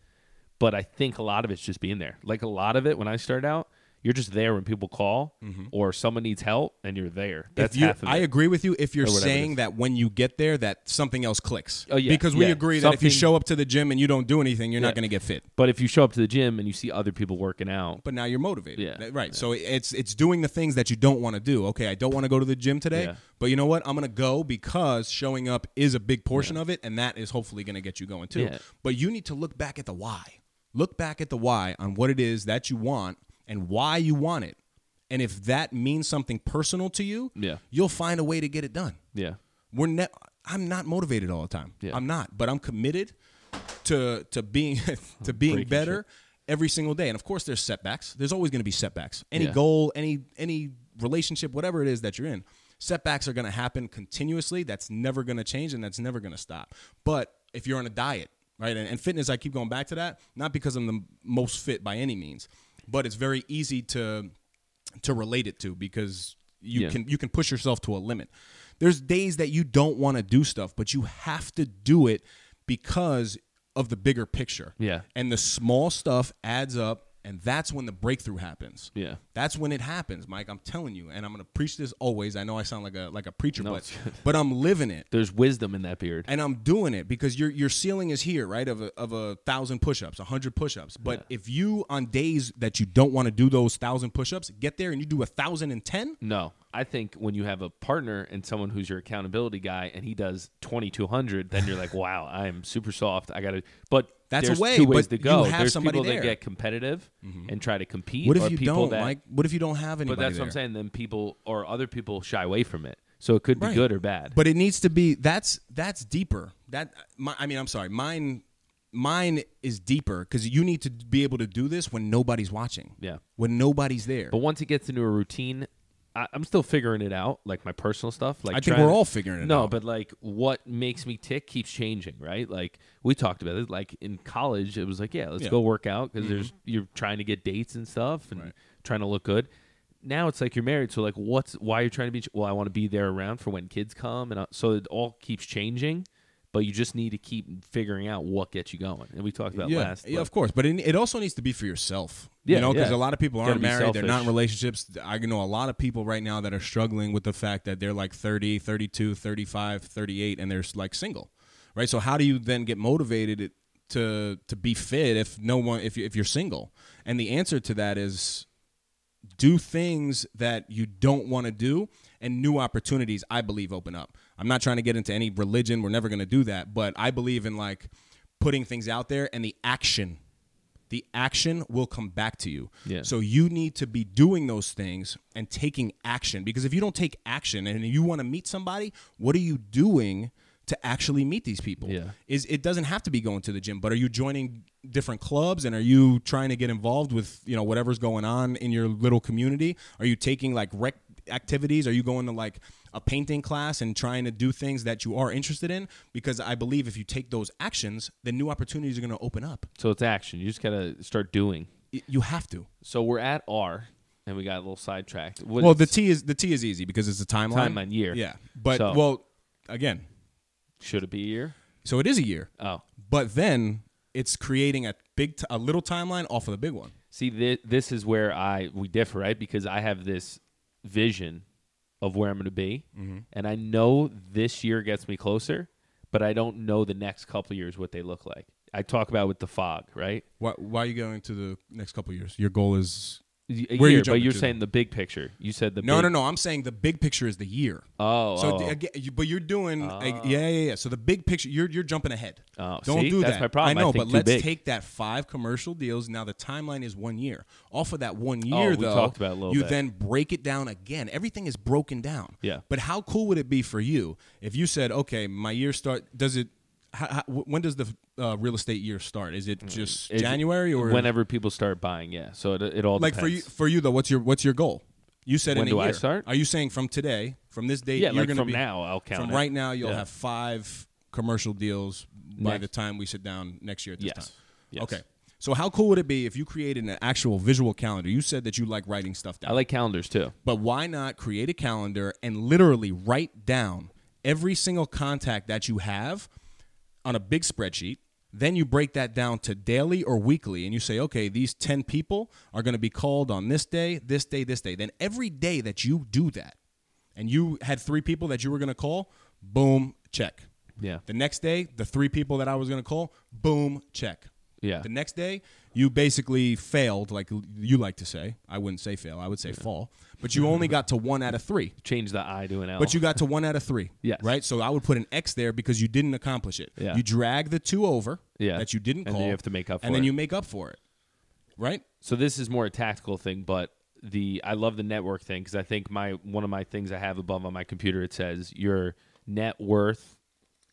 Speaker 1: But I think a lot of it's just being there. Like a lot of it, when I start out, you're just there when people call or someone needs help, and you're there.
Speaker 2: Mm-hmm. If
Speaker 1: That's
Speaker 2: you-
Speaker 1: half of it.
Speaker 2: I agree with you if you're
Speaker 1: Or whatever it
Speaker 2: saying
Speaker 1: is.
Speaker 2: that when you get there that something else clicks.
Speaker 1: Oh, yeah,
Speaker 2: Because we
Speaker 1: yeah.
Speaker 2: agree that if you
Speaker 1: Something-
Speaker 2: show up to the gym and you don't do anything, you're
Speaker 1: Yeah.
Speaker 2: not going to get fit.
Speaker 1: but if you show up to the gym and you see other people working out,
Speaker 2: but now you're motivated.
Speaker 1: Yeah.
Speaker 2: That- Right. So it's it's doing the things that you don't want to do. Okay, I don't want to go to the gym today,
Speaker 1: Yeah.
Speaker 2: but you know what? I'm going to go because showing up is a big portion of it and that is hopefully going to get you going too.
Speaker 1: Yeah.
Speaker 2: But you need to look back at the why. Look back at the why on what it is that you want and why you want it. And if that means something personal to you,
Speaker 1: Yeah.
Speaker 2: you'll find a way to get it done
Speaker 1: yeah,
Speaker 2: we're ne- I'm not motivated all the time.
Speaker 1: Yeah.
Speaker 2: I'm not, but I'm committed to to being to being
Speaker 1: Breaking
Speaker 2: better every single day. And of course, there's setbacks. There's always going to be setbacks. Any
Speaker 1: Yeah.
Speaker 2: goal, any any relationship, whatever it is that you're in, setbacks are going to happen continuously. That's never going to change, and that's never going to stop. But if you're on a diet, right, and, and fitness, I keep going back to that, not because I'm the m- most fit by any means, but it's very easy to to relate it to because you
Speaker 1: Yeah.
Speaker 2: can you can push yourself to a limit. There's days that you don't want to do stuff, but you have to do it because of the bigger picture.
Speaker 1: Yeah.
Speaker 2: And the small stuff adds up and that's when the breakthrough happens.
Speaker 1: Yeah.
Speaker 2: That's when it happens, Mike. I'm telling you, and I'm gonna preach this always. I know I sound like a like a preacher, but
Speaker 1: it's good.
Speaker 2: but um, I'm living it
Speaker 1: there's wisdom in that beard.
Speaker 2: and I'm doing it because your your ceiling is here, right? Of a, of a thousand push-ups, a hundred push-ups. But if you on days that you don't want to do those thousand push-ups, get there and you do a thousand and ten.
Speaker 1: No, I think when you have a partner and someone who's your accountability guy, and he does twenty two hundred, then you're like, wow, I'm super soft. I gotta, but
Speaker 2: That's a
Speaker 1: there's
Speaker 2: way,
Speaker 1: Two ways
Speaker 2: but
Speaker 1: to go.
Speaker 2: you have
Speaker 1: there's
Speaker 2: somebody
Speaker 1: people
Speaker 2: there. Mm-hmm.
Speaker 1: that get competitive and try to compete.
Speaker 2: What if
Speaker 1: or
Speaker 2: you
Speaker 1: people
Speaker 2: don't,
Speaker 1: that,
Speaker 2: Mike? What if you don't have anybody?
Speaker 1: But that's
Speaker 2: there?
Speaker 1: what I'm saying. Then people or other people shy away from it, so it could be
Speaker 2: Right.
Speaker 1: good or bad.
Speaker 2: But it needs to be that's that's deeper. That my, I mean, I'm sorry, mine mine is deeper because you need to be able to do this when nobody's watching.
Speaker 1: Yeah.
Speaker 2: when nobody's there.
Speaker 1: But once it gets into a routine, I, I'm still figuring it out, like my personal stuff. Like
Speaker 2: I think
Speaker 1: trying-
Speaker 2: we're all figuring it
Speaker 1: No,
Speaker 2: out.
Speaker 1: but like what makes me tick keeps changing, right? Like we talked about it. Like in college, it was like, yeah, let's
Speaker 2: Yeah. Mm-hmm.
Speaker 1: go work out because there's you're trying to get dates and stuff and trying to look good. Now it's like you're married, so like, what's why you're trying to be? Well, I want to be there around for when kids come, and I, so it all keeps changing. But you just need to keep figuring out what gets you going, and we talked about
Speaker 2: yeah,
Speaker 1: last.
Speaker 2: yeah,
Speaker 1: like,
Speaker 2: of course. But it, it also needs to be for yourself.
Speaker 1: Yeah,
Speaker 2: you know, because
Speaker 1: yeah.
Speaker 2: a lot of people
Speaker 1: Gotta
Speaker 2: aren't
Speaker 1: be
Speaker 2: married. They're not
Speaker 1: selfish.
Speaker 2: in relationships. I know a lot of people right now that are struggling with the fact that they're like 30, 32, 35, 38, and they're like single, right? So how do you then get motivated to to be fit if no one if you, if you're single? And the answer to that is do things that you don't want to do and new opportunities i believe open up i'm not trying to get into any religion we're never going to do that but i believe in like putting things out there and the action the action will come back to you
Speaker 1: Yeah.
Speaker 2: so you need to be doing those things and taking action because if you don't take action and you want to meet somebody what are you doing to actually meet these people
Speaker 1: Yeah.
Speaker 2: is it doesn't have to be going to the gym, but are you joining different clubs and are you trying to get involved with you know whatever's going on in your little community? Are you taking like rec activities? Are you going to like a painting class and trying to do things that you are interested in because I believe if you take those actions, then new opportunities are going to open up.
Speaker 1: So it's action. You just gotta start doing.
Speaker 2: Y- You have to.
Speaker 1: So we're at R, and we got a little sidetracked. What
Speaker 2: Well,
Speaker 1: is-
Speaker 2: the T is the T is easy because it's a timeline.
Speaker 1: Timeline, year.
Speaker 2: Yeah, but
Speaker 1: So-
Speaker 2: well, again,
Speaker 1: should it be a year?
Speaker 2: so it is a year,
Speaker 1: Oh,
Speaker 2: but then it's creating a big, t- a little timeline off of the big one.
Speaker 1: see, thi- this is where I we differ, right? Because I have this vision of where I'm going to be,
Speaker 2: Mm-hmm.
Speaker 1: and I know this year gets me closer, but I don't know the next couple years what they look like. I talk about with the fog, right?
Speaker 2: Why, why are you going to the next couple of years? Your goal is
Speaker 1: Y- A
Speaker 2: Where are you
Speaker 1: year, but
Speaker 2: jumping
Speaker 1: you're
Speaker 2: to?
Speaker 1: saying the big picture. You said the
Speaker 2: no,
Speaker 1: big,
Speaker 2: no, no. I'm saying the big picture is the year.
Speaker 1: Oh,
Speaker 2: so
Speaker 1: oh,
Speaker 2: the-
Speaker 1: oh.
Speaker 2: aga- you- but you're doing like, yeah, yeah, yeah. So the big picture, you're you're jumping ahead.
Speaker 1: Oh,
Speaker 2: Don't
Speaker 1: see?
Speaker 2: do
Speaker 1: That's
Speaker 2: that.
Speaker 1: my problem.
Speaker 2: I
Speaker 1: I
Speaker 2: know,
Speaker 1: think
Speaker 2: but
Speaker 1: too
Speaker 2: let's
Speaker 1: big.
Speaker 2: take that five commercial deals. Now the timeline is one year. Off of that one year,
Speaker 1: Oh, we
Speaker 2: though,
Speaker 1: talked about it a little
Speaker 2: you
Speaker 1: bit.
Speaker 2: then break it down again. Everything is broken down.
Speaker 1: Yeah.
Speaker 2: But how cool would it be for you if you said, okay, my year start? Does it? How, how, when does the uh, real estate year start? Is
Speaker 1: Mm.
Speaker 2: it just
Speaker 1: Is it-
Speaker 2: January or
Speaker 1: whenever people start buying. Yeah, so it, it all
Speaker 2: like
Speaker 1: depends.
Speaker 2: for you for you though what's your what's your goal you said
Speaker 1: When
Speaker 2: in a
Speaker 1: do I
Speaker 2: year.
Speaker 1: start?
Speaker 2: are you saying from today from this date
Speaker 1: Yeah,
Speaker 2: you're
Speaker 1: like
Speaker 2: gonna
Speaker 1: from
Speaker 2: be-
Speaker 1: now, I'll count
Speaker 2: from
Speaker 1: it.
Speaker 2: right now you'll
Speaker 1: Yeah.
Speaker 2: have five commercial deals by
Speaker 1: Next-
Speaker 2: the time we sit down next year at this
Speaker 1: Yes.
Speaker 2: time
Speaker 1: Yes.
Speaker 2: okay so how cool would it be if you created an actual visual calendar you said that you like writing stuff down
Speaker 1: I like calendars too.
Speaker 2: but why not create a calendar and literally write down every single contact that you have on a big spreadsheet? Then you break that down to daily or weekly, and you say, okay, these 10 people are going to be called on this day, this day, this day. Then every day that you do that, and you had three people that you were going to call, boom, check.
Speaker 1: Yeah.
Speaker 2: The next day, the three people that I was going to call, boom, check.
Speaker 1: Yeah.
Speaker 2: The next day, you basically failed, like you like to say. I wouldn't say fail, I would say fall. But you only got to one out of three.
Speaker 1: Change the I to an L.
Speaker 2: But you got to one out of three.
Speaker 1: Yes.
Speaker 2: Right? So I would put an X there because you didn't accomplish it.
Speaker 1: Yeah.
Speaker 2: You drag the two over
Speaker 1: Yeah.
Speaker 2: that you didn't
Speaker 1: And then
Speaker 2: call.
Speaker 1: you have to make up
Speaker 2: And
Speaker 1: for
Speaker 2: then
Speaker 1: it.
Speaker 2: you make up for it. Right?
Speaker 1: so this is more a tactical thing but the i love the network thing because i think my one of my things i have above on my computer it says your net worth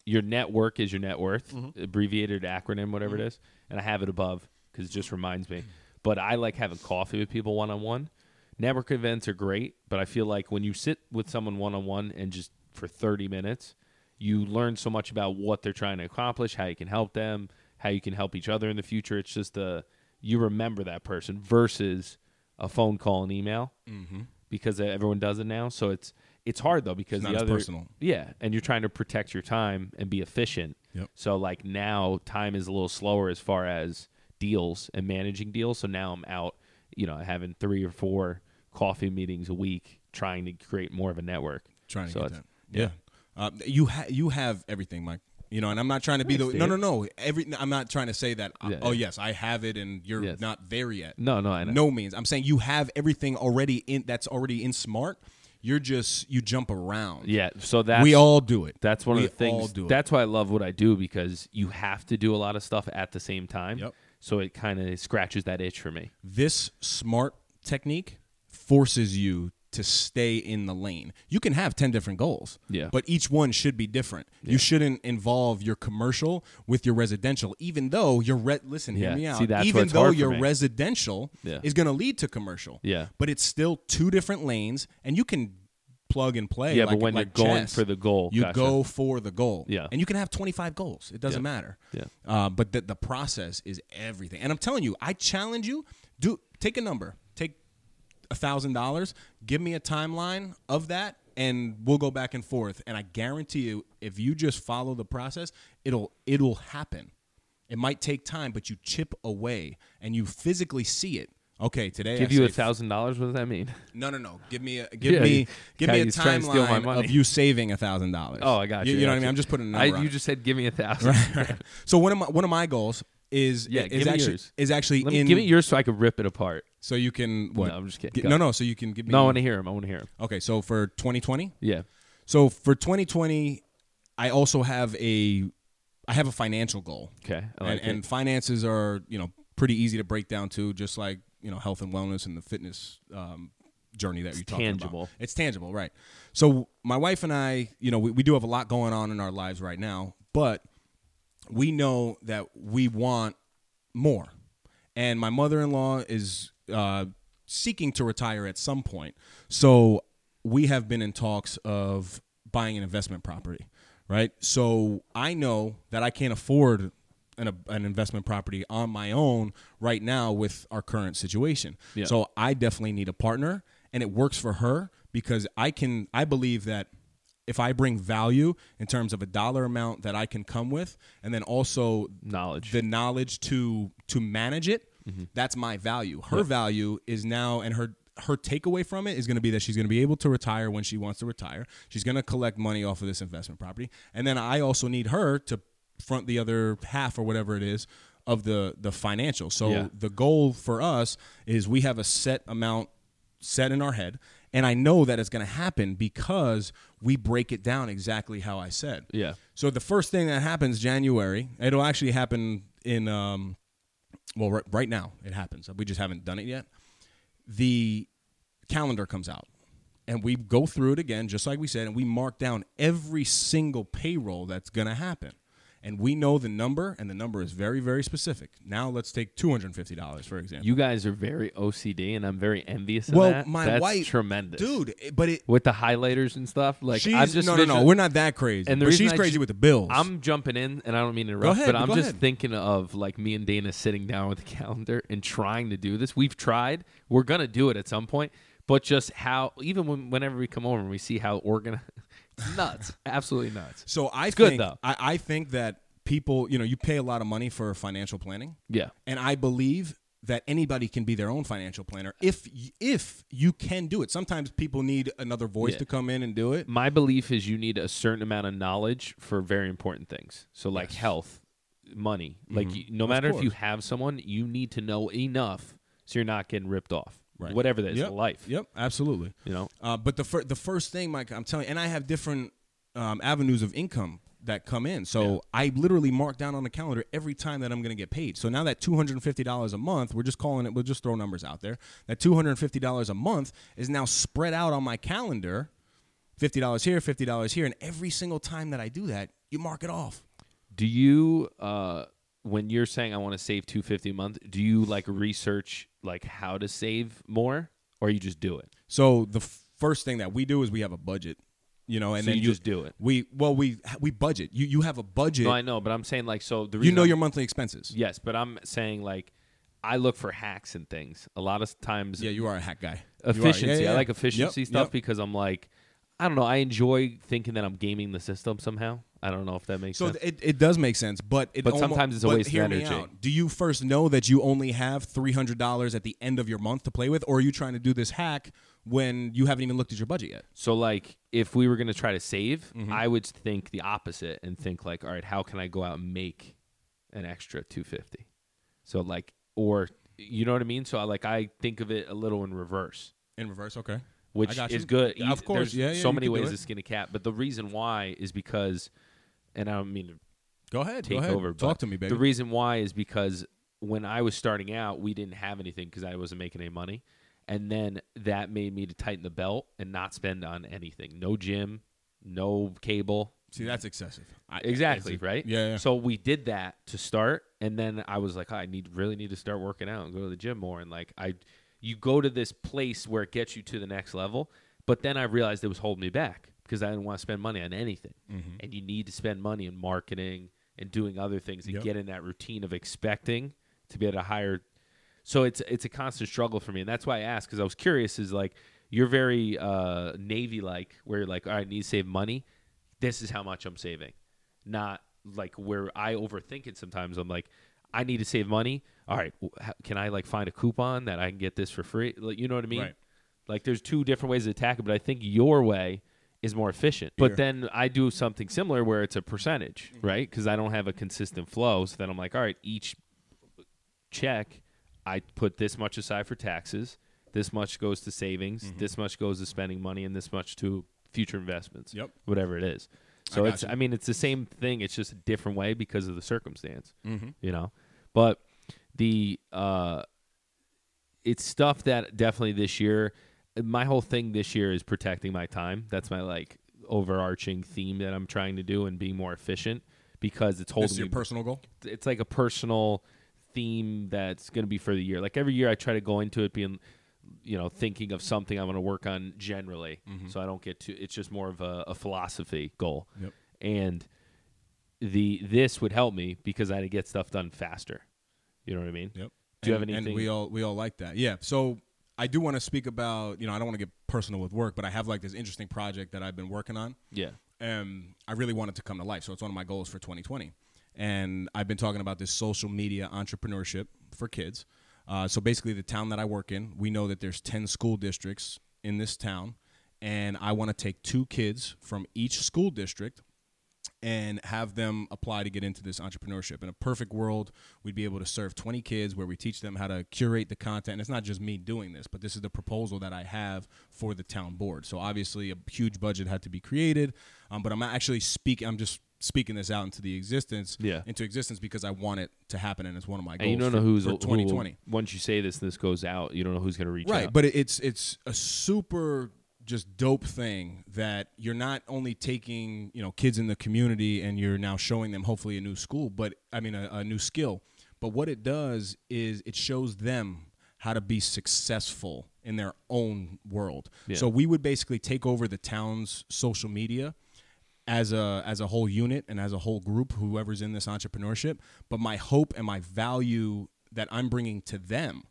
Speaker 1: your network is your net worth abbreviated acronym whatever it is and i have it above because it just reminds me but i like having coffee with people one-on-one network events are great but i feel like when you sit with someone one-on-one and just for 30 minutes you learn so much about what they're trying to accomplish, how you can help them, how you can help each other in the future. It's just a you remember that person versus a phone call and email mm-hmm. because everyone does it now. So it's it's hard though because
Speaker 2: It's not
Speaker 1: the
Speaker 2: as
Speaker 1: other
Speaker 2: personal.
Speaker 1: yeah, and you're trying to protect your time and be efficient.
Speaker 2: Yep.
Speaker 1: So like now time is a little slower as far as deals and managing deals. So now I'm out, you know, having three or four coffee meetings a week trying to create more of a network.
Speaker 2: Trying to
Speaker 1: So
Speaker 2: get
Speaker 1: it's-
Speaker 2: that. Yeah. Uh, you ha- you have everything, Mike. You know, and I'm not trying to be
Speaker 1: Thanks,
Speaker 2: the no no
Speaker 1: dude.
Speaker 2: no. Every I'm not trying to say that. uh,
Speaker 1: Yeah,
Speaker 2: oh
Speaker 1: yeah.
Speaker 2: yes, I have it, and you're
Speaker 1: Yes.
Speaker 2: not there yet.
Speaker 1: No, no, I know.
Speaker 2: no means. I'm saying you have everything already in that's already in smart. You're just you jump around.
Speaker 1: Yeah, so that's
Speaker 2: we all do it.
Speaker 1: That's one
Speaker 2: we
Speaker 1: of the things.
Speaker 2: All do it.
Speaker 1: that's why I love what I do because you have to do a lot of stuff at the same time.
Speaker 2: Yep.
Speaker 1: So it kind of scratches that itch for me.
Speaker 2: this smart technique forces you to stay in the lane. You can have 10 different goals,
Speaker 1: Yeah.
Speaker 2: but each one should be different. You shouldn't involve your commercial with your residential, even though your re- listen,
Speaker 1: Yeah.
Speaker 2: hear me out.
Speaker 1: See, that's where
Speaker 2: even
Speaker 1: it's
Speaker 2: though
Speaker 1: hard for
Speaker 2: your
Speaker 1: me.
Speaker 2: residential
Speaker 1: Yeah.
Speaker 2: is going to lead to commercial.
Speaker 1: Yeah.
Speaker 2: But it's still two different lanes and you can plug and play
Speaker 1: Yeah,
Speaker 2: like,
Speaker 1: but when
Speaker 2: like
Speaker 1: you're going
Speaker 2: chess.
Speaker 1: for the goal,
Speaker 2: you
Speaker 1: gotcha.
Speaker 2: go for the goal
Speaker 1: Yeah.
Speaker 2: and you can have 25 goals it doesn't
Speaker 1: Yeah.
Speaker 2: matter
Speaker 1: Yeah.
Speaker 2: uh, but the, the process is everything and i'm telling you i challenge you do take a number take a thousand dollars give me a timeline of that and we'll go back and forth and i guarantee you if you just follow the process it'll it'll happen it might take time but you chip away and you physically see it okay today
Speaker 1: Give
Speaker 2: I
Speaker 1: you a
Speaker 2: saved
Speaker 1: thousand dollars. What does that mean?
Speaker 2: no, no, no. Give me a give
Speaker 1: Yeah,
Speaker 2: me
Speaker 1: you-
Speaker 2: give
Speaker 1: God,
Speaker 2: me a
Speaker 1: he's trying to steal my
Speaker 2: timeline
Speaker 1: money.
Speaker 2: of you saving a thousand dollars.
Speaker 1: Oh, I got you.
Speaker 2: You, know what I
Speaker 1: gotcha.
Speaker 2: mean? I'm just putting a
Speaker 1: I-
Speaker 2: number. on
Speaker 1: You
Speaker 2: it.
Speaker 1: just said give me a thousand.
Speaker 2: so one of my one of my goals is
Speaker 1: Yeah,
Speaker 2: is
Speaker 1: give me
Speaker 2: actually
Speaker 1: yours.
Speaker 2: is actually
Speaker 1: Let me
Speaker 2: in
Speaker 1: give me yours so I can rip it apart.
Speaker 2: so you can what?
Speaker 1: No, I'm just kidding.
Speaker 2: Get-
Speaker 1: Go.
Speaker 2: no, no. So you can give me.
Speaker 1: No, I want to hear him. I want to hear him.
Speaker 2: Okay, so for 2020.
Speaker 1: Mm. Yeah.
Speaker 2: So for 2020, I also have a I have a financial goal.
Speaker 1: Okay. I like
Speaker 2: and,
Speaker 1: it.
Speaker 2: and finances are you know pretty easy to break down too, just like you know health and wellness and the fitness um, journey that you're talking
Speaker 1: tangible.
Speaker 2: about. It's tangible, right? So my wife and I, you know, we, we do have a lot going on in our lives right now, but we know that we want more. And my mother in law is uh, seeking to retire at some point. So we have been in talks of buying an investment property, right? So I know that I can't afford an, a, an investment property on my own right now with our current situation.
Speaker 1: Yeah.
Speaker 2: So I definitely need a partner, and it works for her because I can. I believe that if I bring value in terms of a dollar amount that I can come with, and then also
Speaker 1: knowledge. Mm-hmm.
Speaker 2: the knowledge to to manage it that's my value her value is now and her her takeaway from it is going to be that she's going to be able to retire when she wants to retire she's going to collect money off of this investment property and then i also need her to front the other half or whatever it is of the the financial so
Speaker 1: Yeah.
Speaker 2: the goal for us is we have a set amount set in our head and i know that it's going to happen because we break it down exactly how i said
Speaker 1: yeah.
Speaker 2: so the first thing that happens January, it'll actually happen in um, well, right, right now it happens. We just haven't done it yet. The calendar comes out, and we go through it again, just like we said, and we mark down every single payroll that's going to happen. And we know the number, and the number is very, very specific. Now let's take two hundred and fifty dollars for example.
Speaker 1: You guys are very OCD, and I'm very envious of
Speaker 2: well,
Speaker 1: that.
Speaker 2: my
Speaker 1: That's
Speaker 2: wife,
Speaker 1: tremendous,
Speaker 2: dude. it- But it,
Speaker 1: With the highlighters and stuff, like
Speaker 2: she's
Speaker 1: I'm just
Speaker 2: no, no, no.
Speaker 1: visual-
Speaker 2: We're not that crazy.
Speaker 1: And the
Speaker 2: but
Speaker 1: reason
Speaker 2: she's
Speaker 1: I
Speaker 2: crazy
Speaker 1: ju-
Speaker 2: with the bills.
Speaker 1: I'm jumping in, and I don't mean to interrupt,
Speaker 2: ahead,
Speaker 1: but I'm
Speaker 2: go
Speaker 1: just
Speaker 2: ahead.
Speaker 1: thinking of like me and Dana sitting down with the calendar and trying to do this. We've tried. We're gonna do it at some point, but just how even when, whenever we come over and we see how organized, it's nuts, absolutely nuts.
Speaker 2: So I
Speaker 1: good,
Speaker 2: think
Speaker 1: though.
Speaker 2: I, I think that people, you know, you pay a lot of money for financial planning,
Speaker 1: Yeah,
Speaker 2: and I believe that anybody can be their own financial planner if y- if you can do it. Sometimes people need another voice
Speaker 1: Yeah.
Speaker 2: to come in and do it.
Speaker 1: my belief is you need a certain amount of knowledge for very important things. So like health, money. Like you, no matter if you
Speaker 2: Mm-hmm. course.
Speaker 1: have someone, you need to know enough so you're not getting ripped off.
Speaker 2: Right.
Speaker 1: Whatever that is,
Speaker 2: Yep.
Speaker 1: life.
Speaker 2: Yep, absolutely.
Speaker 1: You know.
Speaker 2: Uh, but the fir- the first thing, Mike, I'm telling you, and I have different um, avenues of income that come in. So I literally mark down on the calendar every time that I'm going to get paid. So now that $250 a month, we're just calling it, we'll just throw numbers out there. That $250 a month is now spread out on my calendar. $50 here, $50 here. And every single time that I do that, you mark it off.
Speaker 1: Do you uh when you're saying I want to save 250 a month, do you like research like how to save more or you just do it?
Speaker 2: So the f- first thing that we do is we have a budget, you know, and
Speaker 1: So
Speaker 2: then
Speaker 1: you just do it.
Speaker 2: We, well, we, we budget. You, you have a budget.
Speaker 1: No, I know, but I'm saying like so the
Speaker 2: you
Speaker 1: reason
Speaker 2: know
Speaker 1: I'm-
Speaker 2: your monthly expenses.
Speaker 1: Yes, but I'm saying like I look for hacks and things. A lot of times
Speaker 2: Yeah, you are a hack guy. You are. Yeah,
Speaker 1: efficiency.
Speaker 2: yeah,
Speaker 1: I like
Speaker 2: yeah.
Speaker 1: efficiency
Speaker 2: Yep,
Speaker 1: stuff
Speaker 2: yep.
Speaker 1: because I'm like I don't know, I enjoy thinking that I'm gaming the system somehow. I don't know if that makes
Speaker 2: So
Speaker 1: sense.
Speaker 2: th- it, it does make sense, but it
Speaker 1: But
Speaker 2: almo-
Speaker 1: sometimes it's a
Speaker 2: but
Speaker 1: waste of
Speaker 2: hear Me
Speaker 1: energy.
Speaker 2: out. Do you first know that you only have three hundred dollars at the end of your month to play with, or are you trying to do this hack when you haven't even looked at your budget yet?
Speaker 1: So like if we were going to try to save,
Speaker 2: Mm-hmm.
Speaker 1: I would think the opposite and think like, all right, how can I go out and make an extra 250? So like or you know what I mean? So I like I think of it a little in reverse,
Speaker 2: In reverse, okay.
Speaker 1: which
Speaker 2: got
Speaker 1: is
Speaker 2: you.
Speaker 1: good.
Speaker 2: Of
Speaker 1: Eas-
Speaker 2: course,
Speaker 1: there's
Speaker 2: yeah, yeah,
Speaker 1: so
Speaker 2: you
Speaker 1: many
Speaker 2: could do
Speaker 1: ways
Speaker 2: it.
Speaker 1: to skin a cat, but the reason why is because and I don't mean to
Speaker 2: Go ahead,
Speaker 1: take
Speaker 2: go ahead.
Speaker 1: over.
Speaker 2: Talk
Speaker 1: but
Speaker 2: to me, baby.
Speaker 1: The reason why is because when I was starting out, we didn't have anything because I wasn't making any money, and then that made me to tighten the belt and not spend on anything. No gym, no cable.
Speaker 2: See, that's excessive. I,
Speaker 1: Exactly
Speaker 2: it's a-
Speaker 1: right.
Speaker 2: yeah, yeah.
Speaker 1: So we did that to start, and then I was like, I need really need to start working out and go to the gym more. And like I, you go to this place where it gets you to the next level, but then I realized it was holding me back because I didn't want to spend money on anything.
Speaker 2: Mm-hmm.
Speaker 1: And you need to spend money in marketing and doing other things and
Speaker 2: Yep.
Speaker 1: get in that routine of expecting to be at a higher. So it's it's a constant struggle for me, and that's why I asked because I was curious. Is like you're very uh, navy like, where you're like, all right, I need to save money. This is how much I'm saving not like where I overthink it sometimes. I'm like, I need to save money. All right, w- how- can I like find a coupon that I can get this for free? Like, you know what I mean?
Speaker 2: Right.
Speaker 1: Like, there's two different ways to attack it, but I think your way is more efficient. But
Speaker 2: Sure. Mm-hmm.
Speaker 1: then I do something similar where it's a percentage, right? Because I don't have a consistent flow. So then I'm like, all right, each check, I put this much aside for taxes, this much goes to savings,
Speaker 2: Mm-hmm.
Speaker 1: this much goes to spending money, and this much to future investments.
Speaker 2: Yep.
Speaker 1: Whatever it is. So
Speaker 2: got
Speaker 1: it's
Speaker 2: you.
Speaker 1: I mean it's the same thing, it's just a different way because of the circumstance.
Speaker 2: Mm-hmm.
Speaker 1: You know? But the uh it's stuff that definitely this year my whole thing this year is protecting my time. That's my like overarching theme that I'm trying to do and being more efficient because it's holding
Speaker 2: This is your
Speaker 1: me back
Speaker 2: personal goal.
Speaker 1: it's like a personal theme that's going to be for the year. Like every year, I try to go into it being you know thinking of something I'm going to work on generally.
Speaker 2: Mm-hmm.
Speaker 1: So I don't get to. It's just more of a, a philosophy goal.
Speaker 2: Yep.
Speaker 1: And the this would help me because I get stuff done faster. You know what I mean?
Speaker 2: Yep.
Speaker 1: Do you have
Speaker 2: And-
Speaker 1: anything-
Speaker 2: And we all we all like that. Yeah. So I do want to speak about you know I don't want to get personal with work, but I have like this interesting project that I've been working on.
Speaker 1: Yeah.
Speaker 2: um, I really want it to come to life. So it's one of my goals for 2020. And I've been talking about this social media entrepreneurship for kids. Uh, so basically, the town that I work in, we know that there's 10 school districts in this town, and I want to take two kids from each school district and have them apply to get into this entrepreneurship. In a perfect world, we'd be able to serve 20 kids where we teach them how to curate the content. And it's not just me doing this, but this is the proposal that I have for the town board. So obviously, a huge budget had to be created, um, but I'm actually speaking, I'm just speaking this out into the existence
Speaker 1: Yeah.
Speaker 2: into existence because I want it to happen and it's one of my goals
Speaker 1: And you don't
Speaker 2: for,
Speaker 1: know who's
Speaker 2: for
Speaker 1: who will-
Speaker 2: 2020
Speaker 1: once you say this, and this goes out. You don't know who's going to reach
Speaker 2: right
Speaker 1: out.
Speaker 2: but it- it's it's a super just dope thing that you're not only taking you know kids in the community and you're now showing them hopefully a new school but i mean a, a new skill but what it does is it shows them how to be successful in their own world
Speaker 1: Yeah.
Speaker 2: so we would basically take over the town's social media as a as a whole unit and as a whole group whoever's in this entrepreneurship but my hope and my value that i'm bringing to them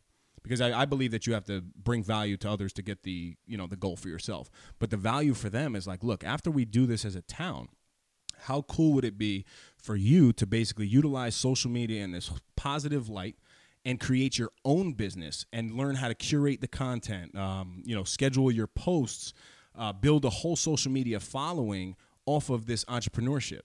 Speaker 2: because I, I believe that you have to bring value to others to get the you know the goal for yourself but the value for them is like look after we do this as a town how cool would it be for you to basically utilize social media in this positive light and create your own business and learn how to curate the content um, you know schedule your posts uh, build a whole social media following off of this entrepreneurship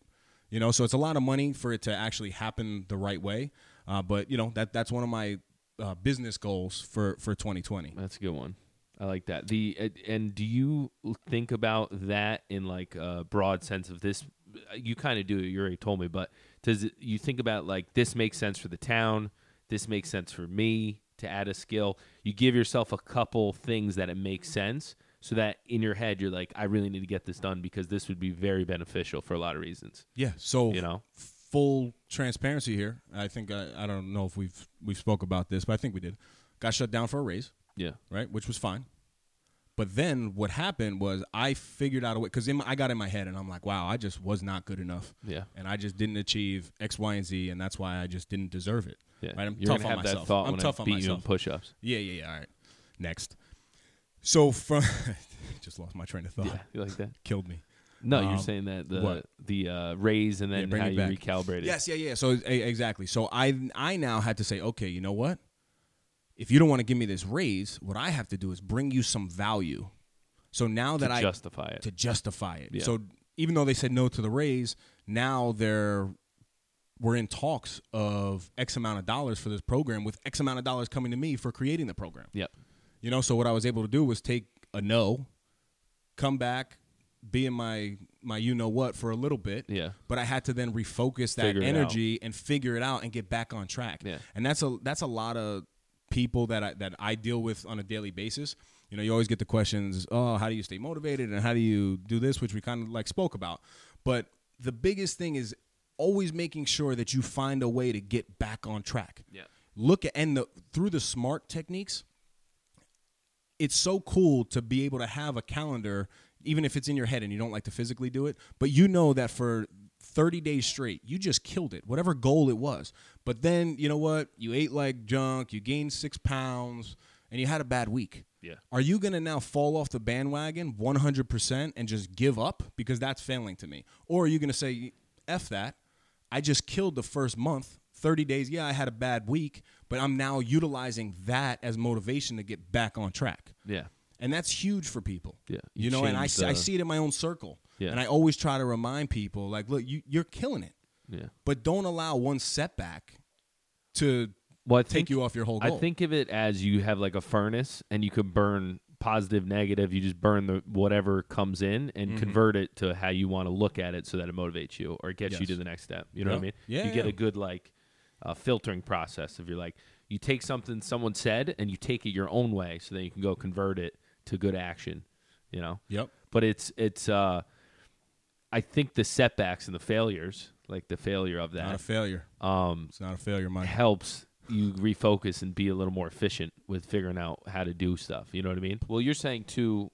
Speaker 2: you know so it's a lot of money for it to actually happen the right way uh, but you know that that's one of my uh, business goals for for 2020
Speaker 1: That's a good one. I like that. The and- and do you think about that in like a broad sense of this? Uh, You kind of do. You already told me, but does it, you think about like this makes sense for the town? This makes sense for me to add a skill. You give yourself a couple things that it makes sense, so that in your head you're like, I really need to get this done because this would be very beneficial for a lot of reasons.
Speaker 2: Yeah. So
Speaker 1: You know?
Speaker 2: full transparency here. I think I, I don't know if we've we've spoke about this, but I think we did. Got shut down for a raise,
Speaker 1: Yeah.
Speaker 2: right? Which was fine. But then what happened was I figured out a way because I got in my head and I'm like, wow, I just was not good enough.
Speaker 1: Yeah.
Speaker 2: And I just didn't achieve X, Y, and Z, and that's why I just didn't deserve it.
Speaker 1: Yeah.
Speaker 2: Right? I'm
Speaker 1: you're
Speaker 2: tough
Speaker 1: gonna
Speaker 2: on
Speaker 1: have
Speaker 2: myself.
Speaker 1: that thought
Speaker 2: I'm
Speaker 1: when
Speaker 2: tough
Speaker 1: I
Speaker 2: on
Speaker 1: beat you in
Speaker 2: myself.
Speaker 1: push-ups.
Speaker 2: yeah, yeah, yeah. All right. Next. So from just lost my train of thought.
Speaker 1: Yeah. You like that?
Speaker 2: Killed me.
Speaker 1: No, you're
Speaker 2: Um,
Speaker 1: saying that the
Speaker 2: what?
Speaker 1: the uh, raise and then
Speaker 2: bring
Speaker 1: how
Speaker 2: it
Speaker 1: you
Speaker 2: back.
Speaker 1: recalibrate it.
Speaker 2: Yes, yeah, yeah. So e- exactly. So I I now had to say, okay, you know what? If you don't want to give me this raise, what I have to do is bring you some value. So now that
Speaker 1: to
Speaker 2: I
Speaker 1: justify it.
Speaker 2: to justify it.
Speaker 1: Yeah.
Speaker 2: So even though they said no to the raise, now they're we're in talks of X amount of dollars for this program with X amount of dollars coming to me for creating the program.
Speaker 1: Yep.
Speaker 2: You know, so what I was able to do was take a no, come back, be in my my you know what for a little bit.
Speaker 1: Yeah.
Speaker 2: But I had to then refocus that
Speaker 1: Figure it
Speaker 2: energy and figure it out and get back on track.
Speaker 1: Yeah.
Speaker 2: And that's a that's a lot of people that I that I deal with on a daily basis. You know, you always get the questions, "Oh, how do you stay motivated and how do you do this?" which we kind of like spoke about. But the biggest thing is always making sure that you find a way to get back on track.
Speaker 1: Yeah.
Speaker 2: Look at and the through the smart techniques, it's so cool to be able to have a calendar even if it's in your head and you don't like to physically do it but you know that for 30 days straight you just killed it whatever goal it was but then you know what you ate like junk you gained six pounds and you had a bad week
Speaker 1: Yeah.
Speaker 2: are you going to now fall off the bandwagon 100% and just give up because that's failing to me or are you going to say f that i just killed the first month 30 days yeah i had a bad week but i'm now utilizing that as motivation to get back on track
Speaker 1: Yeah.
Speaker 2: and that's huge for people.
Speaker 1: Yeah,
Speaker 2: you,
Speaker 1: you
Speaker 2: know, and I,
Speaker 1: change
Speaker 2: see I
Speaker 1: the-
Speaker 2: see it in my own circle,
Speaker 1: Yeah.
Speaker 2: and I always try to remind people, like, look, you you're killing it,
Speaker 1: Yeah.
Speaker 2: but don't allow one setback to
Speaker 1: Well, I
Speaker 2: take
Speaker 1: think
Speaker 2: you off your whole
Speaker 1: I
Speaker 2: goal.
Speaker 1: think of it as you have like a furnace and you could burn positive, negative. You just burn the whatever comes in and
Speaker 2: Mm-hmm.
Speaker 1: convert it to how you want to look at it so that it motivates you or gets you
Speaker 2: Yes.
Speaker 1: to the next step. You know what
Speaker 2: Yeah.
Speaker 1: I mean?
Speaker 2: Yeah,
Speaker 1: You get
Speaker 2: yeah.
Speaker 1: a good like uh, filtering process if you're like you take something someone said and you take it your own way so then you can go convert it to good action. You know?
Speaker 2: Yep.
Speaker 1: but it's it's uh i think the setbacks and the failures like the failure of
Speaker 2: Not a
Speaker 1: that
Speaker 2: failure.
Speaker 1: um
Speaker 2: It's not a failure, Mike.
Speaker 1: helps you refocus and be a little more efficient with figuring out how to do stuff. You know what I mean? Well, you're saying too,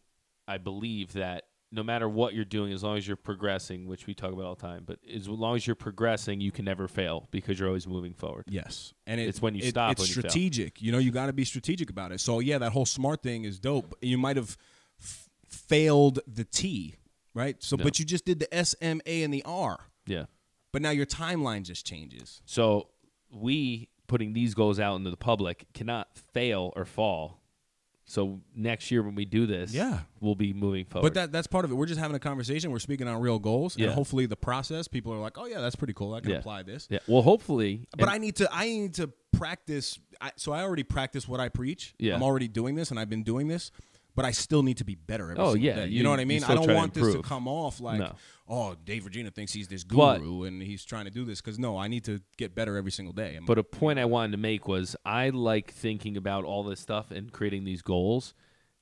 Speaker 1: I believe that no matter what you're doing, as long as you're progressing, which we talk about all the time, but as long as you're progressing, you can never fail because you're always moving forward.
Speaker 2: Yes, and it-
Speaker 1: It's when you
Speaker 2: it-
Speaker 1: stop
Speaker 2: It's
Speaker 1: when you fail.
Speaker 2: strategic. You know, you got to be strategic about it. So yeah, that whole smart thing is dope. but You might have f- failed the T, right? So,
Speaker 1: No.
Speaker 2: but you just did the S, M, A, and the R.
Speaker 1: Yeah.
Speaker 2: But now your timeline just changes.
Speaker 1: So we putting these goals out into the public cannot fail or fall. So next year when we do this,
Speaker 2: Yeah.
Speaker 1: we'll be moving forward.
Speaker 2: But that that's part of it. We're just having a conversation. We're speaking on real goals,
Speaker 1: Yeah.
Speaker 2: and hopefully the process. People are like, oh yeah, that's pretty cool. I can
Speaker 1: Yeah.
Speaker 2: apply this.
Speaker 1: yeah. Well, hopefully,
Speaker 2: But I need to. I need to practice. I, so I already practice what I preach.
Speaker 1: Yeah.
Speaker 2: I'm already doing this, and I've been doing this. But I still need to be better every
Speaker 1: Oh,
Speaker 2: single
Speaker 1: yeah,
Speaker 2: day. You,
Speaker 1: you-
Speaker 2: know what I
Speaker 1: you
Speaker 2: mean? I
Speaker 1: still
Speaker 2: don't
Speaker 1: try to
Speaker 2: want this to
Speaker 1: improve.
Speaker 2: come off like,
Speaker 1: No.
Speaker 2: oh, Dave Regina thinks he's this
Speaker 1: But-
Speaker 2: guru and he's trying to do this because no, I need to get better every single day. I'm-
Speaker 1: But a point I wanted to make was I like thinking about all this stuff and creating these goals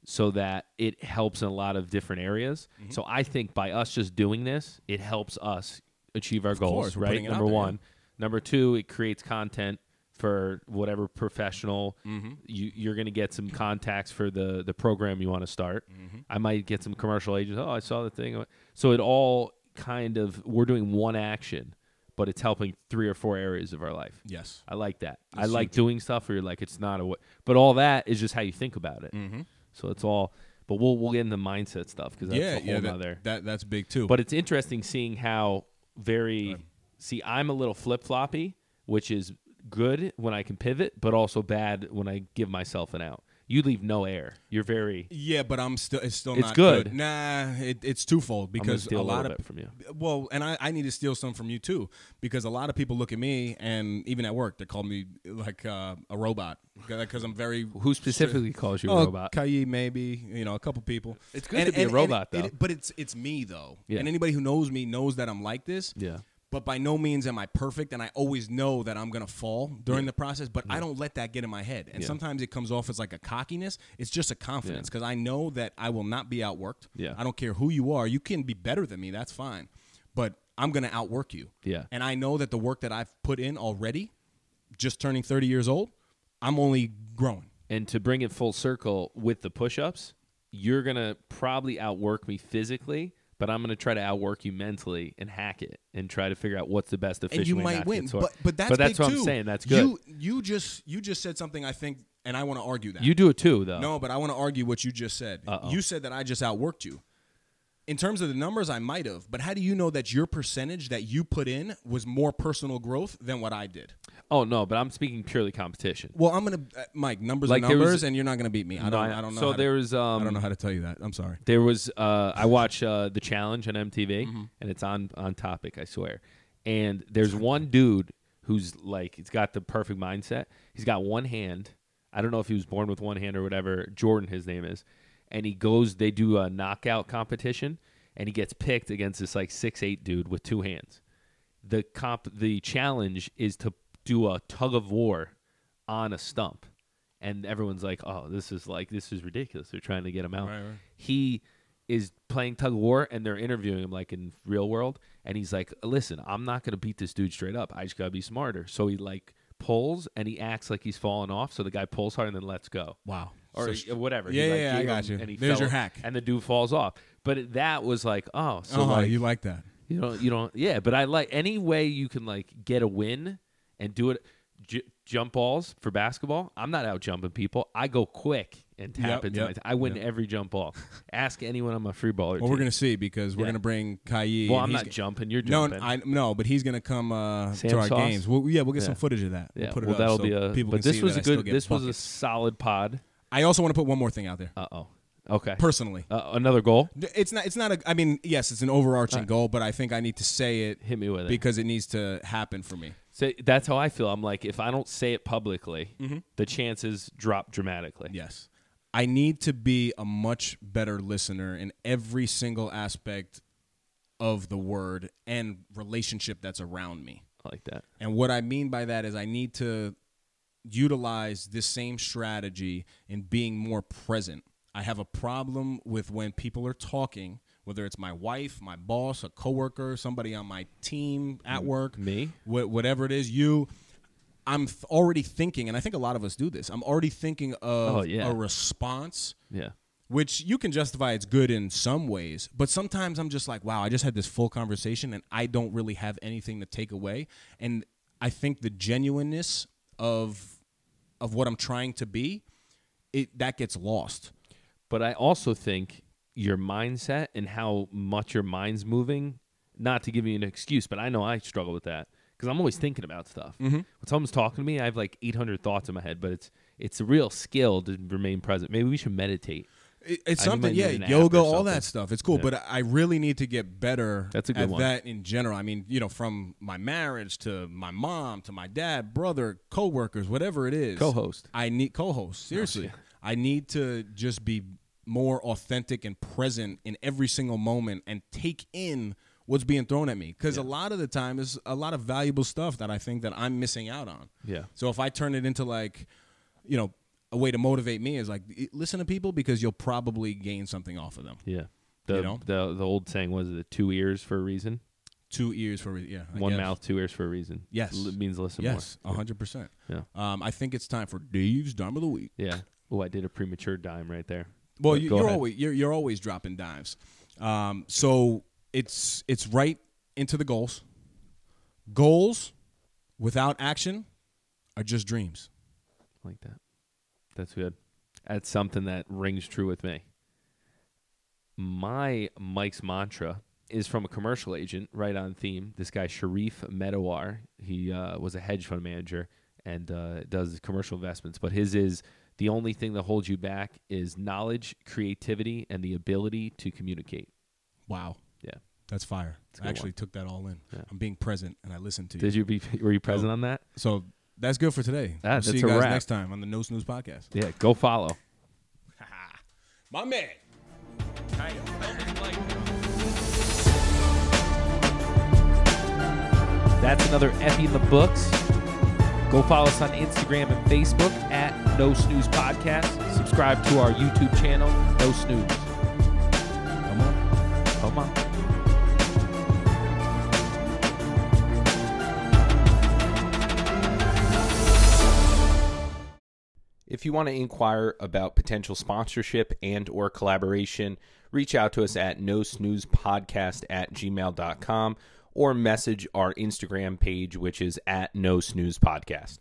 Speaker 1: so that it helps in a lot of different areas.
Speaker 2: Mm-hmm.
Speaker 1: So I think by us just doing this, it helps us achieve our goals,
Speaker 2: course, we're
Speaker 1: right?
Speaker 2: putting it out
Speaker 1: Number
Speaker 2: there, yeah.
Speaker 1: one. Number two, it creates content for whatever professional
Speaker 2: Mm-hmm.
Speaker 1: you, you're going to get some contacts for the the program you want to start.
Speaker 2: Mm-hmm.
Speaker 1: I might get some commercial agents. Oh, I saw the thing. So it all kind of we're doing one action, but it's helping three or four areas of our life.
Speaker 2: yes,
Speaker 1: I like that. I like doing stuff where you're like, it's not a what, but all that is just how you think about it. Mm-hmm. So it's all, but we'll we'll get into mindset stuff because that's a
Speaker 2: yeah,
Speaker 1: whole
Speaker 2: yeah,
Speaker 1: nother-
Speaker 2: that, that that's big too.
Speaker 1: But it's interesting seeing how very. See, I'm a little flip floppy, which is good when I can pivot, but also bad when I give myself an out. You leave no air. You're very.
Speaker 2: yeah, but I'm still. It's still
Speaker 1: It's
Speaker 2: not
Speaker 1: good.
Speaker 2: Nah, it, it's twofold
Speaker 1: I'm gonna
Speaker 2: because
Speaker 1: steal
Speaker 2: a lot
Speaker 1: little
Speaker 2: of
Speaker 1: bit from you.
Speaker 2: well, and I, I need to steal some from you too, because a lot of people look at me, and even at work, they call me like uh, a robot because I'm very
Speaker 1: Who specifically calls you
Speaker 2: Oh,
Speaker 1: a robot?
Speaker 2: Kayi, maybe you know a couple people.
Speaker 1: It's good to be a robot,
Speaker 2: it-
Speaker 1: though.
Speaker 2: but it's it's me though,
Speaker 1: Yeah.
Speaker 2: and anybody who knows me knows that I'm like this.
Speaker 1: Yeah.
Speaker 2: But by no means am I perfect, and I always know that I'm gonna fall during the process. But I don't let that get in my head, and
Speaker 1: Yeah.
Speaker 2: sometimes it comes off as like a cockiness. It's just a confidence
Speaker 1: Yeah.
Speaker 2: because I know that I will not be outworked.
Speaker 1: Yeah.
Speaker 2: I don't care who you are. You can be better than me. That's fine. But I'm gonna outwork you.
Speaker 1: Yeah.
Speaker 2: And I know that the work that I've put in already, just turning 30 years old, I'm only growing.
Speaker 1: And to bring it full circle with the push ups, you're going to probably outwork me physically, but I'm going to try to outwork you mentally and hack it and try to figure out what's the best efficient
Speaker 2: and you
Speaker 1: way not
Speaker 2: might
Speaker 1: to
Speaker 2: win.
Speaker 1: get sore.
Speaker 2: But but that's
Speaker 1: but that's
Speaker 2: big
Speaker 1: what
Speaker 2: too.
Speaker 1: I'm saying. That's good. You,
Speaker 2: You you just you just said something I think, and I want to argue that.
Speaker 1: do it too, though.
Speaker 2: no, but I want to argue what you just said.
Speaker 1: Uh-oh.
Speaker 2: You said that I just outworked you. In terms of the numbers, I might have, but how do you know that your percentage that you put in was more personal growth than what I did?
Speaker 1: Oh, no, but I'm speaking purely competition.
Speaker 2: Well, I'm gonna uh, Mike numbers
Speaker 1: Like,
Speaker 2: are
Speaker 1: there was-
Speaker 2: numbers, and you're not gonna beat me. I don't. I don't know.
Speaker 1: So
Speaker 2: how to-
Speaker 1: there was. Um,
Speaker 2: I don't know how to tell you that. I'm sorry.
Speaker 1: There was uh, I watch uh, the challenge on MTV,
Speaker 2: Mm-hmm.
Speaker 1: and it's on on topic, I swear. And there's one dude who's like, he's got the perfect mindset. He's got one hand. I don't know if he was born with one hand or whatever. Jordan, his name is, and he goes. They do a knockout competition, and he gets picked against this like six eight dude with two hands. The comp, the challenge is to do a tug of war on a stump, and everyone's like, "Oh, this is like this is ridiculous." They're trying to get him out
Speaker 2: Right, right.
Speaker 1: he is playing tug of war and they're interviewing him like in real world and he's like listen i'm not going to beat this dude straight up i just got to be smarter so he like pulls and he acts like he's falling off so the guy pulls hard and then lets go
Speaker 2: Wow.
Speaker 1: or
Speaker 2: So-
Speaker 1: he- whatever He,
Speaker 2: Yeah,
Speaker 1: like,
Speaker 2: yeah, yeah, I
Speaker 1: gave
Speaker 2: got
Speaker 1: him
Speaker 2: you.
Speaker 1: and he
Speaker 2: There's
Speaker 1: fell-
Speaker 2: your hack.
Speaker 1: and the dude falls off but it- that was like oh so
Speaker 2: uh-huh,
Speaker 1: like,
Speaker 2: you like that?
Speaker 1: you don't. You don't. Yeah, but I like any way you can like get a win and do it. J- jump balls for basketball. I'm not out jumping people. I go quick and tap
Speaker 2: Yep,
Speaker 1: into
Speaker 2: yep,
Speaker 1: my. T- I win every jump ball. Ask anyone on my free baller.
Speaker 2: Well, we're
Speaker 1: team.
Speaker 2: gonna see because we're
Speaker 1: Yeah.
Speaker 2: gonna bring Kayi.
Speaker 1: Well,
Speaker 2: and
Speaker 1: I'm
Speaker 2: he's
Speaker 1: not
Speaker 2: g-
Speaker 1: jumping. You're
Speaker 2: No,
Speaker 1: jumping.
Speaker 2: I, no, but he's gonna come uh,
Speaker 1: Sam
Speaker 2: to our
Speaker 1: Sauce?
Speaker 2: games. We'll, yeah, we'll get some
Speaker 1: Yeah.
Speaker 2: footage of that.
Speaker 1: yeah.
Speaker 2: we'll put
Speaker 1: well,
Speaker 2: it
Speaker 1: that'll
Speaker 2: up so
Speaker 1: be a.
Speaker 2: people
Speaker 1: but
Speaker 2: can
Speaker 1: this
Speaker 2: see
Speaker 1: was
Speaker 2: that
Speaker 1: a
Speaker 2: I still
Speaker 1: good.
Speaker 2: get
Speaker 1: This was a
Speaker 2: buckets.
Speaker 1: solid pod.
Speaker 2: I also want to put one more thing out there
Speaker 1: Uh oh. Okay.
Speaker 2: personally.
Speaker 1: uh, another goal.
Speaker 2: It's not. It's not a. I mean, yes, it's an overarching goal, but I think I need to say it
Speaker 1: Uh, Hit me with it.
Speaker 2: because it needs to happen for me.
Speaker 1: So that's how I feel. I'm like, if I don't say it publicly,
Speaker 2: Mm-hmm.
Speaker 1: the chances drop dramatically.
Speaker 2: Yes, I need to be a much better listener in every single aspect of the word and relationship that's around me.
Speaker 1: I like that.
Speaker 2: And what I mean by that is I need to utilize this same strategy in being more present. I have a problem with when people are talking, whether it's my wife, my boss, a coworker, somebody on my team at work,
Speaker 1: me?
Speaker 2: wh- whatever it is, you. I'm th- already thinking, and I think a lot of us do this. I'm already thinking of
Speaker 1: Oh, yeah.
Speaker 2: a response,
Speaker 1: Yeah.
Speaker 2: which you can justify it's good in some ways, but sometimes I'm just like, wow, I just had this full conversation, and I don't really have anything to take away. And I think the genuineness of of what I'm trying to be, it that gets lost.
Speaker 1: But I also think your mindset and how much your mind's moving, not to give you an excuse, but I know I struggle with that because I'm always thinking about stuff.
Speaker 2: Mm-hmm.
Speaker 1: When someone's talking to me, I have like 800 thoughts in my head, but it's it's a real skill to remain present. Maybe we should meditate.
Speaker 2: It, it's
Speaker 1: I
Speaker 2: something,
Speaker 1: might need
Speaker 2: yeah,
Speaker 1: an app
Speaker 2: yoga,
Speaker 1: or
Speaker 2: all
Speaker 1: something.
Speaker 2: that stuff. It's cool,
Speaker 1: Yeah.
Speaker 2: but I- I really need to get better
Speaker 1: That's a good
Speaker 2: at
Speaker 1: one.
Speaker 2: that in general. I mean, you know, from my marriage to my mom to my dad, brother, coworkers, whatever it is.
Speaker 1: Co-host.
Speaker 2: I need co-host. Seriously,
Speaker 1: Oh,
Speaker 2: I need to just be more authentic and present in every single moment and take in what's being thrown at me because a lot of the time is a lot of valuable stuff that I think that I'm missing out on.
Speaker 1: Yeah.
Speaker 2: So if I turn it into like, you know, a way to motivate me is like i- listen to people because you'll probably gain something off of them.
Speaker 1: Yeah. The,
Speaker 2: You know?
Speaker 1: the the old saying was the two ears for a reason,
Speaker 2: Two ears for re- yeah, I
Speaker 1: one
Speaker 2: guess.
Speaker 1: mouth, two ears for a reason.
Speaker 2: Yes.
Speaker 1: L- means listen
Speaker 2: Yes, a hundred percent.
Speaker 1: Yeah.
Speaker 2: Um, I think it's time for Dave's dime of the week.
Speaker 1: more. Yeah. Oh, I did a premature dime right there.
Speaker 2: Well,
Speaker 1: But
Speaker 2: you,
Speaker 1: go
Speaker 2: you're
Speaker 1: ahead.
Speaker 2: always you're, you're always dropping dimes. Um, so it's it's right into the goals. Goals without action are just dreams.
Speaker 1: like that. That's good. That's something that rings true with me. My Mike's mantra is from a commercial agent, right on theme. This guy Sharif Medawar, he uh, was a hedge fund manager and uh, does commercial investments, but his is the only thing that holds you back is knowledge, creativity, and the ability to communicate.
Speaker 2: Wow,
Speaker 1: Yeah.
Speaker 2: that's fire.
Speaker 1: a
Speaker 2: I
Speaker 1: good
Speaker 2: actually
Speaker 1: one.
Speaker 2: took that all in.
Speaker 1: Yeah.
Speaker 2: I'm being present and I listened to you.
Speaker 1: Did you be were you present
Speaker 2: Oh.
Speaker 1: on that?
Speaker 2: So that's good for today.
Speaker 1: Ah,
Speaker 2: we'll see
Speaker 1: that's
Speaker 2: you
Speaker 1: a
Speaker 2: guys
Speaker 1: wrap.
Speaker 2: next time on the No Snooze podcast.
Speaker 1: Yeah, go follow.
Speaker 2: My man.
Speaker 1: That's another Effie in the books. Go follow us on Instagram and Facebook at No Snooze Podcast. Subscribe to our YouTube channel, No Snooze.
Speaker 2: Come on.
Speaker 1: Come on.
Speaker 3: If you want to inquire about potential sponsorship and or collaboration, reach out to us at no snooze podcast at gmail.com or message our Instagram page, which is at no snooze podcast.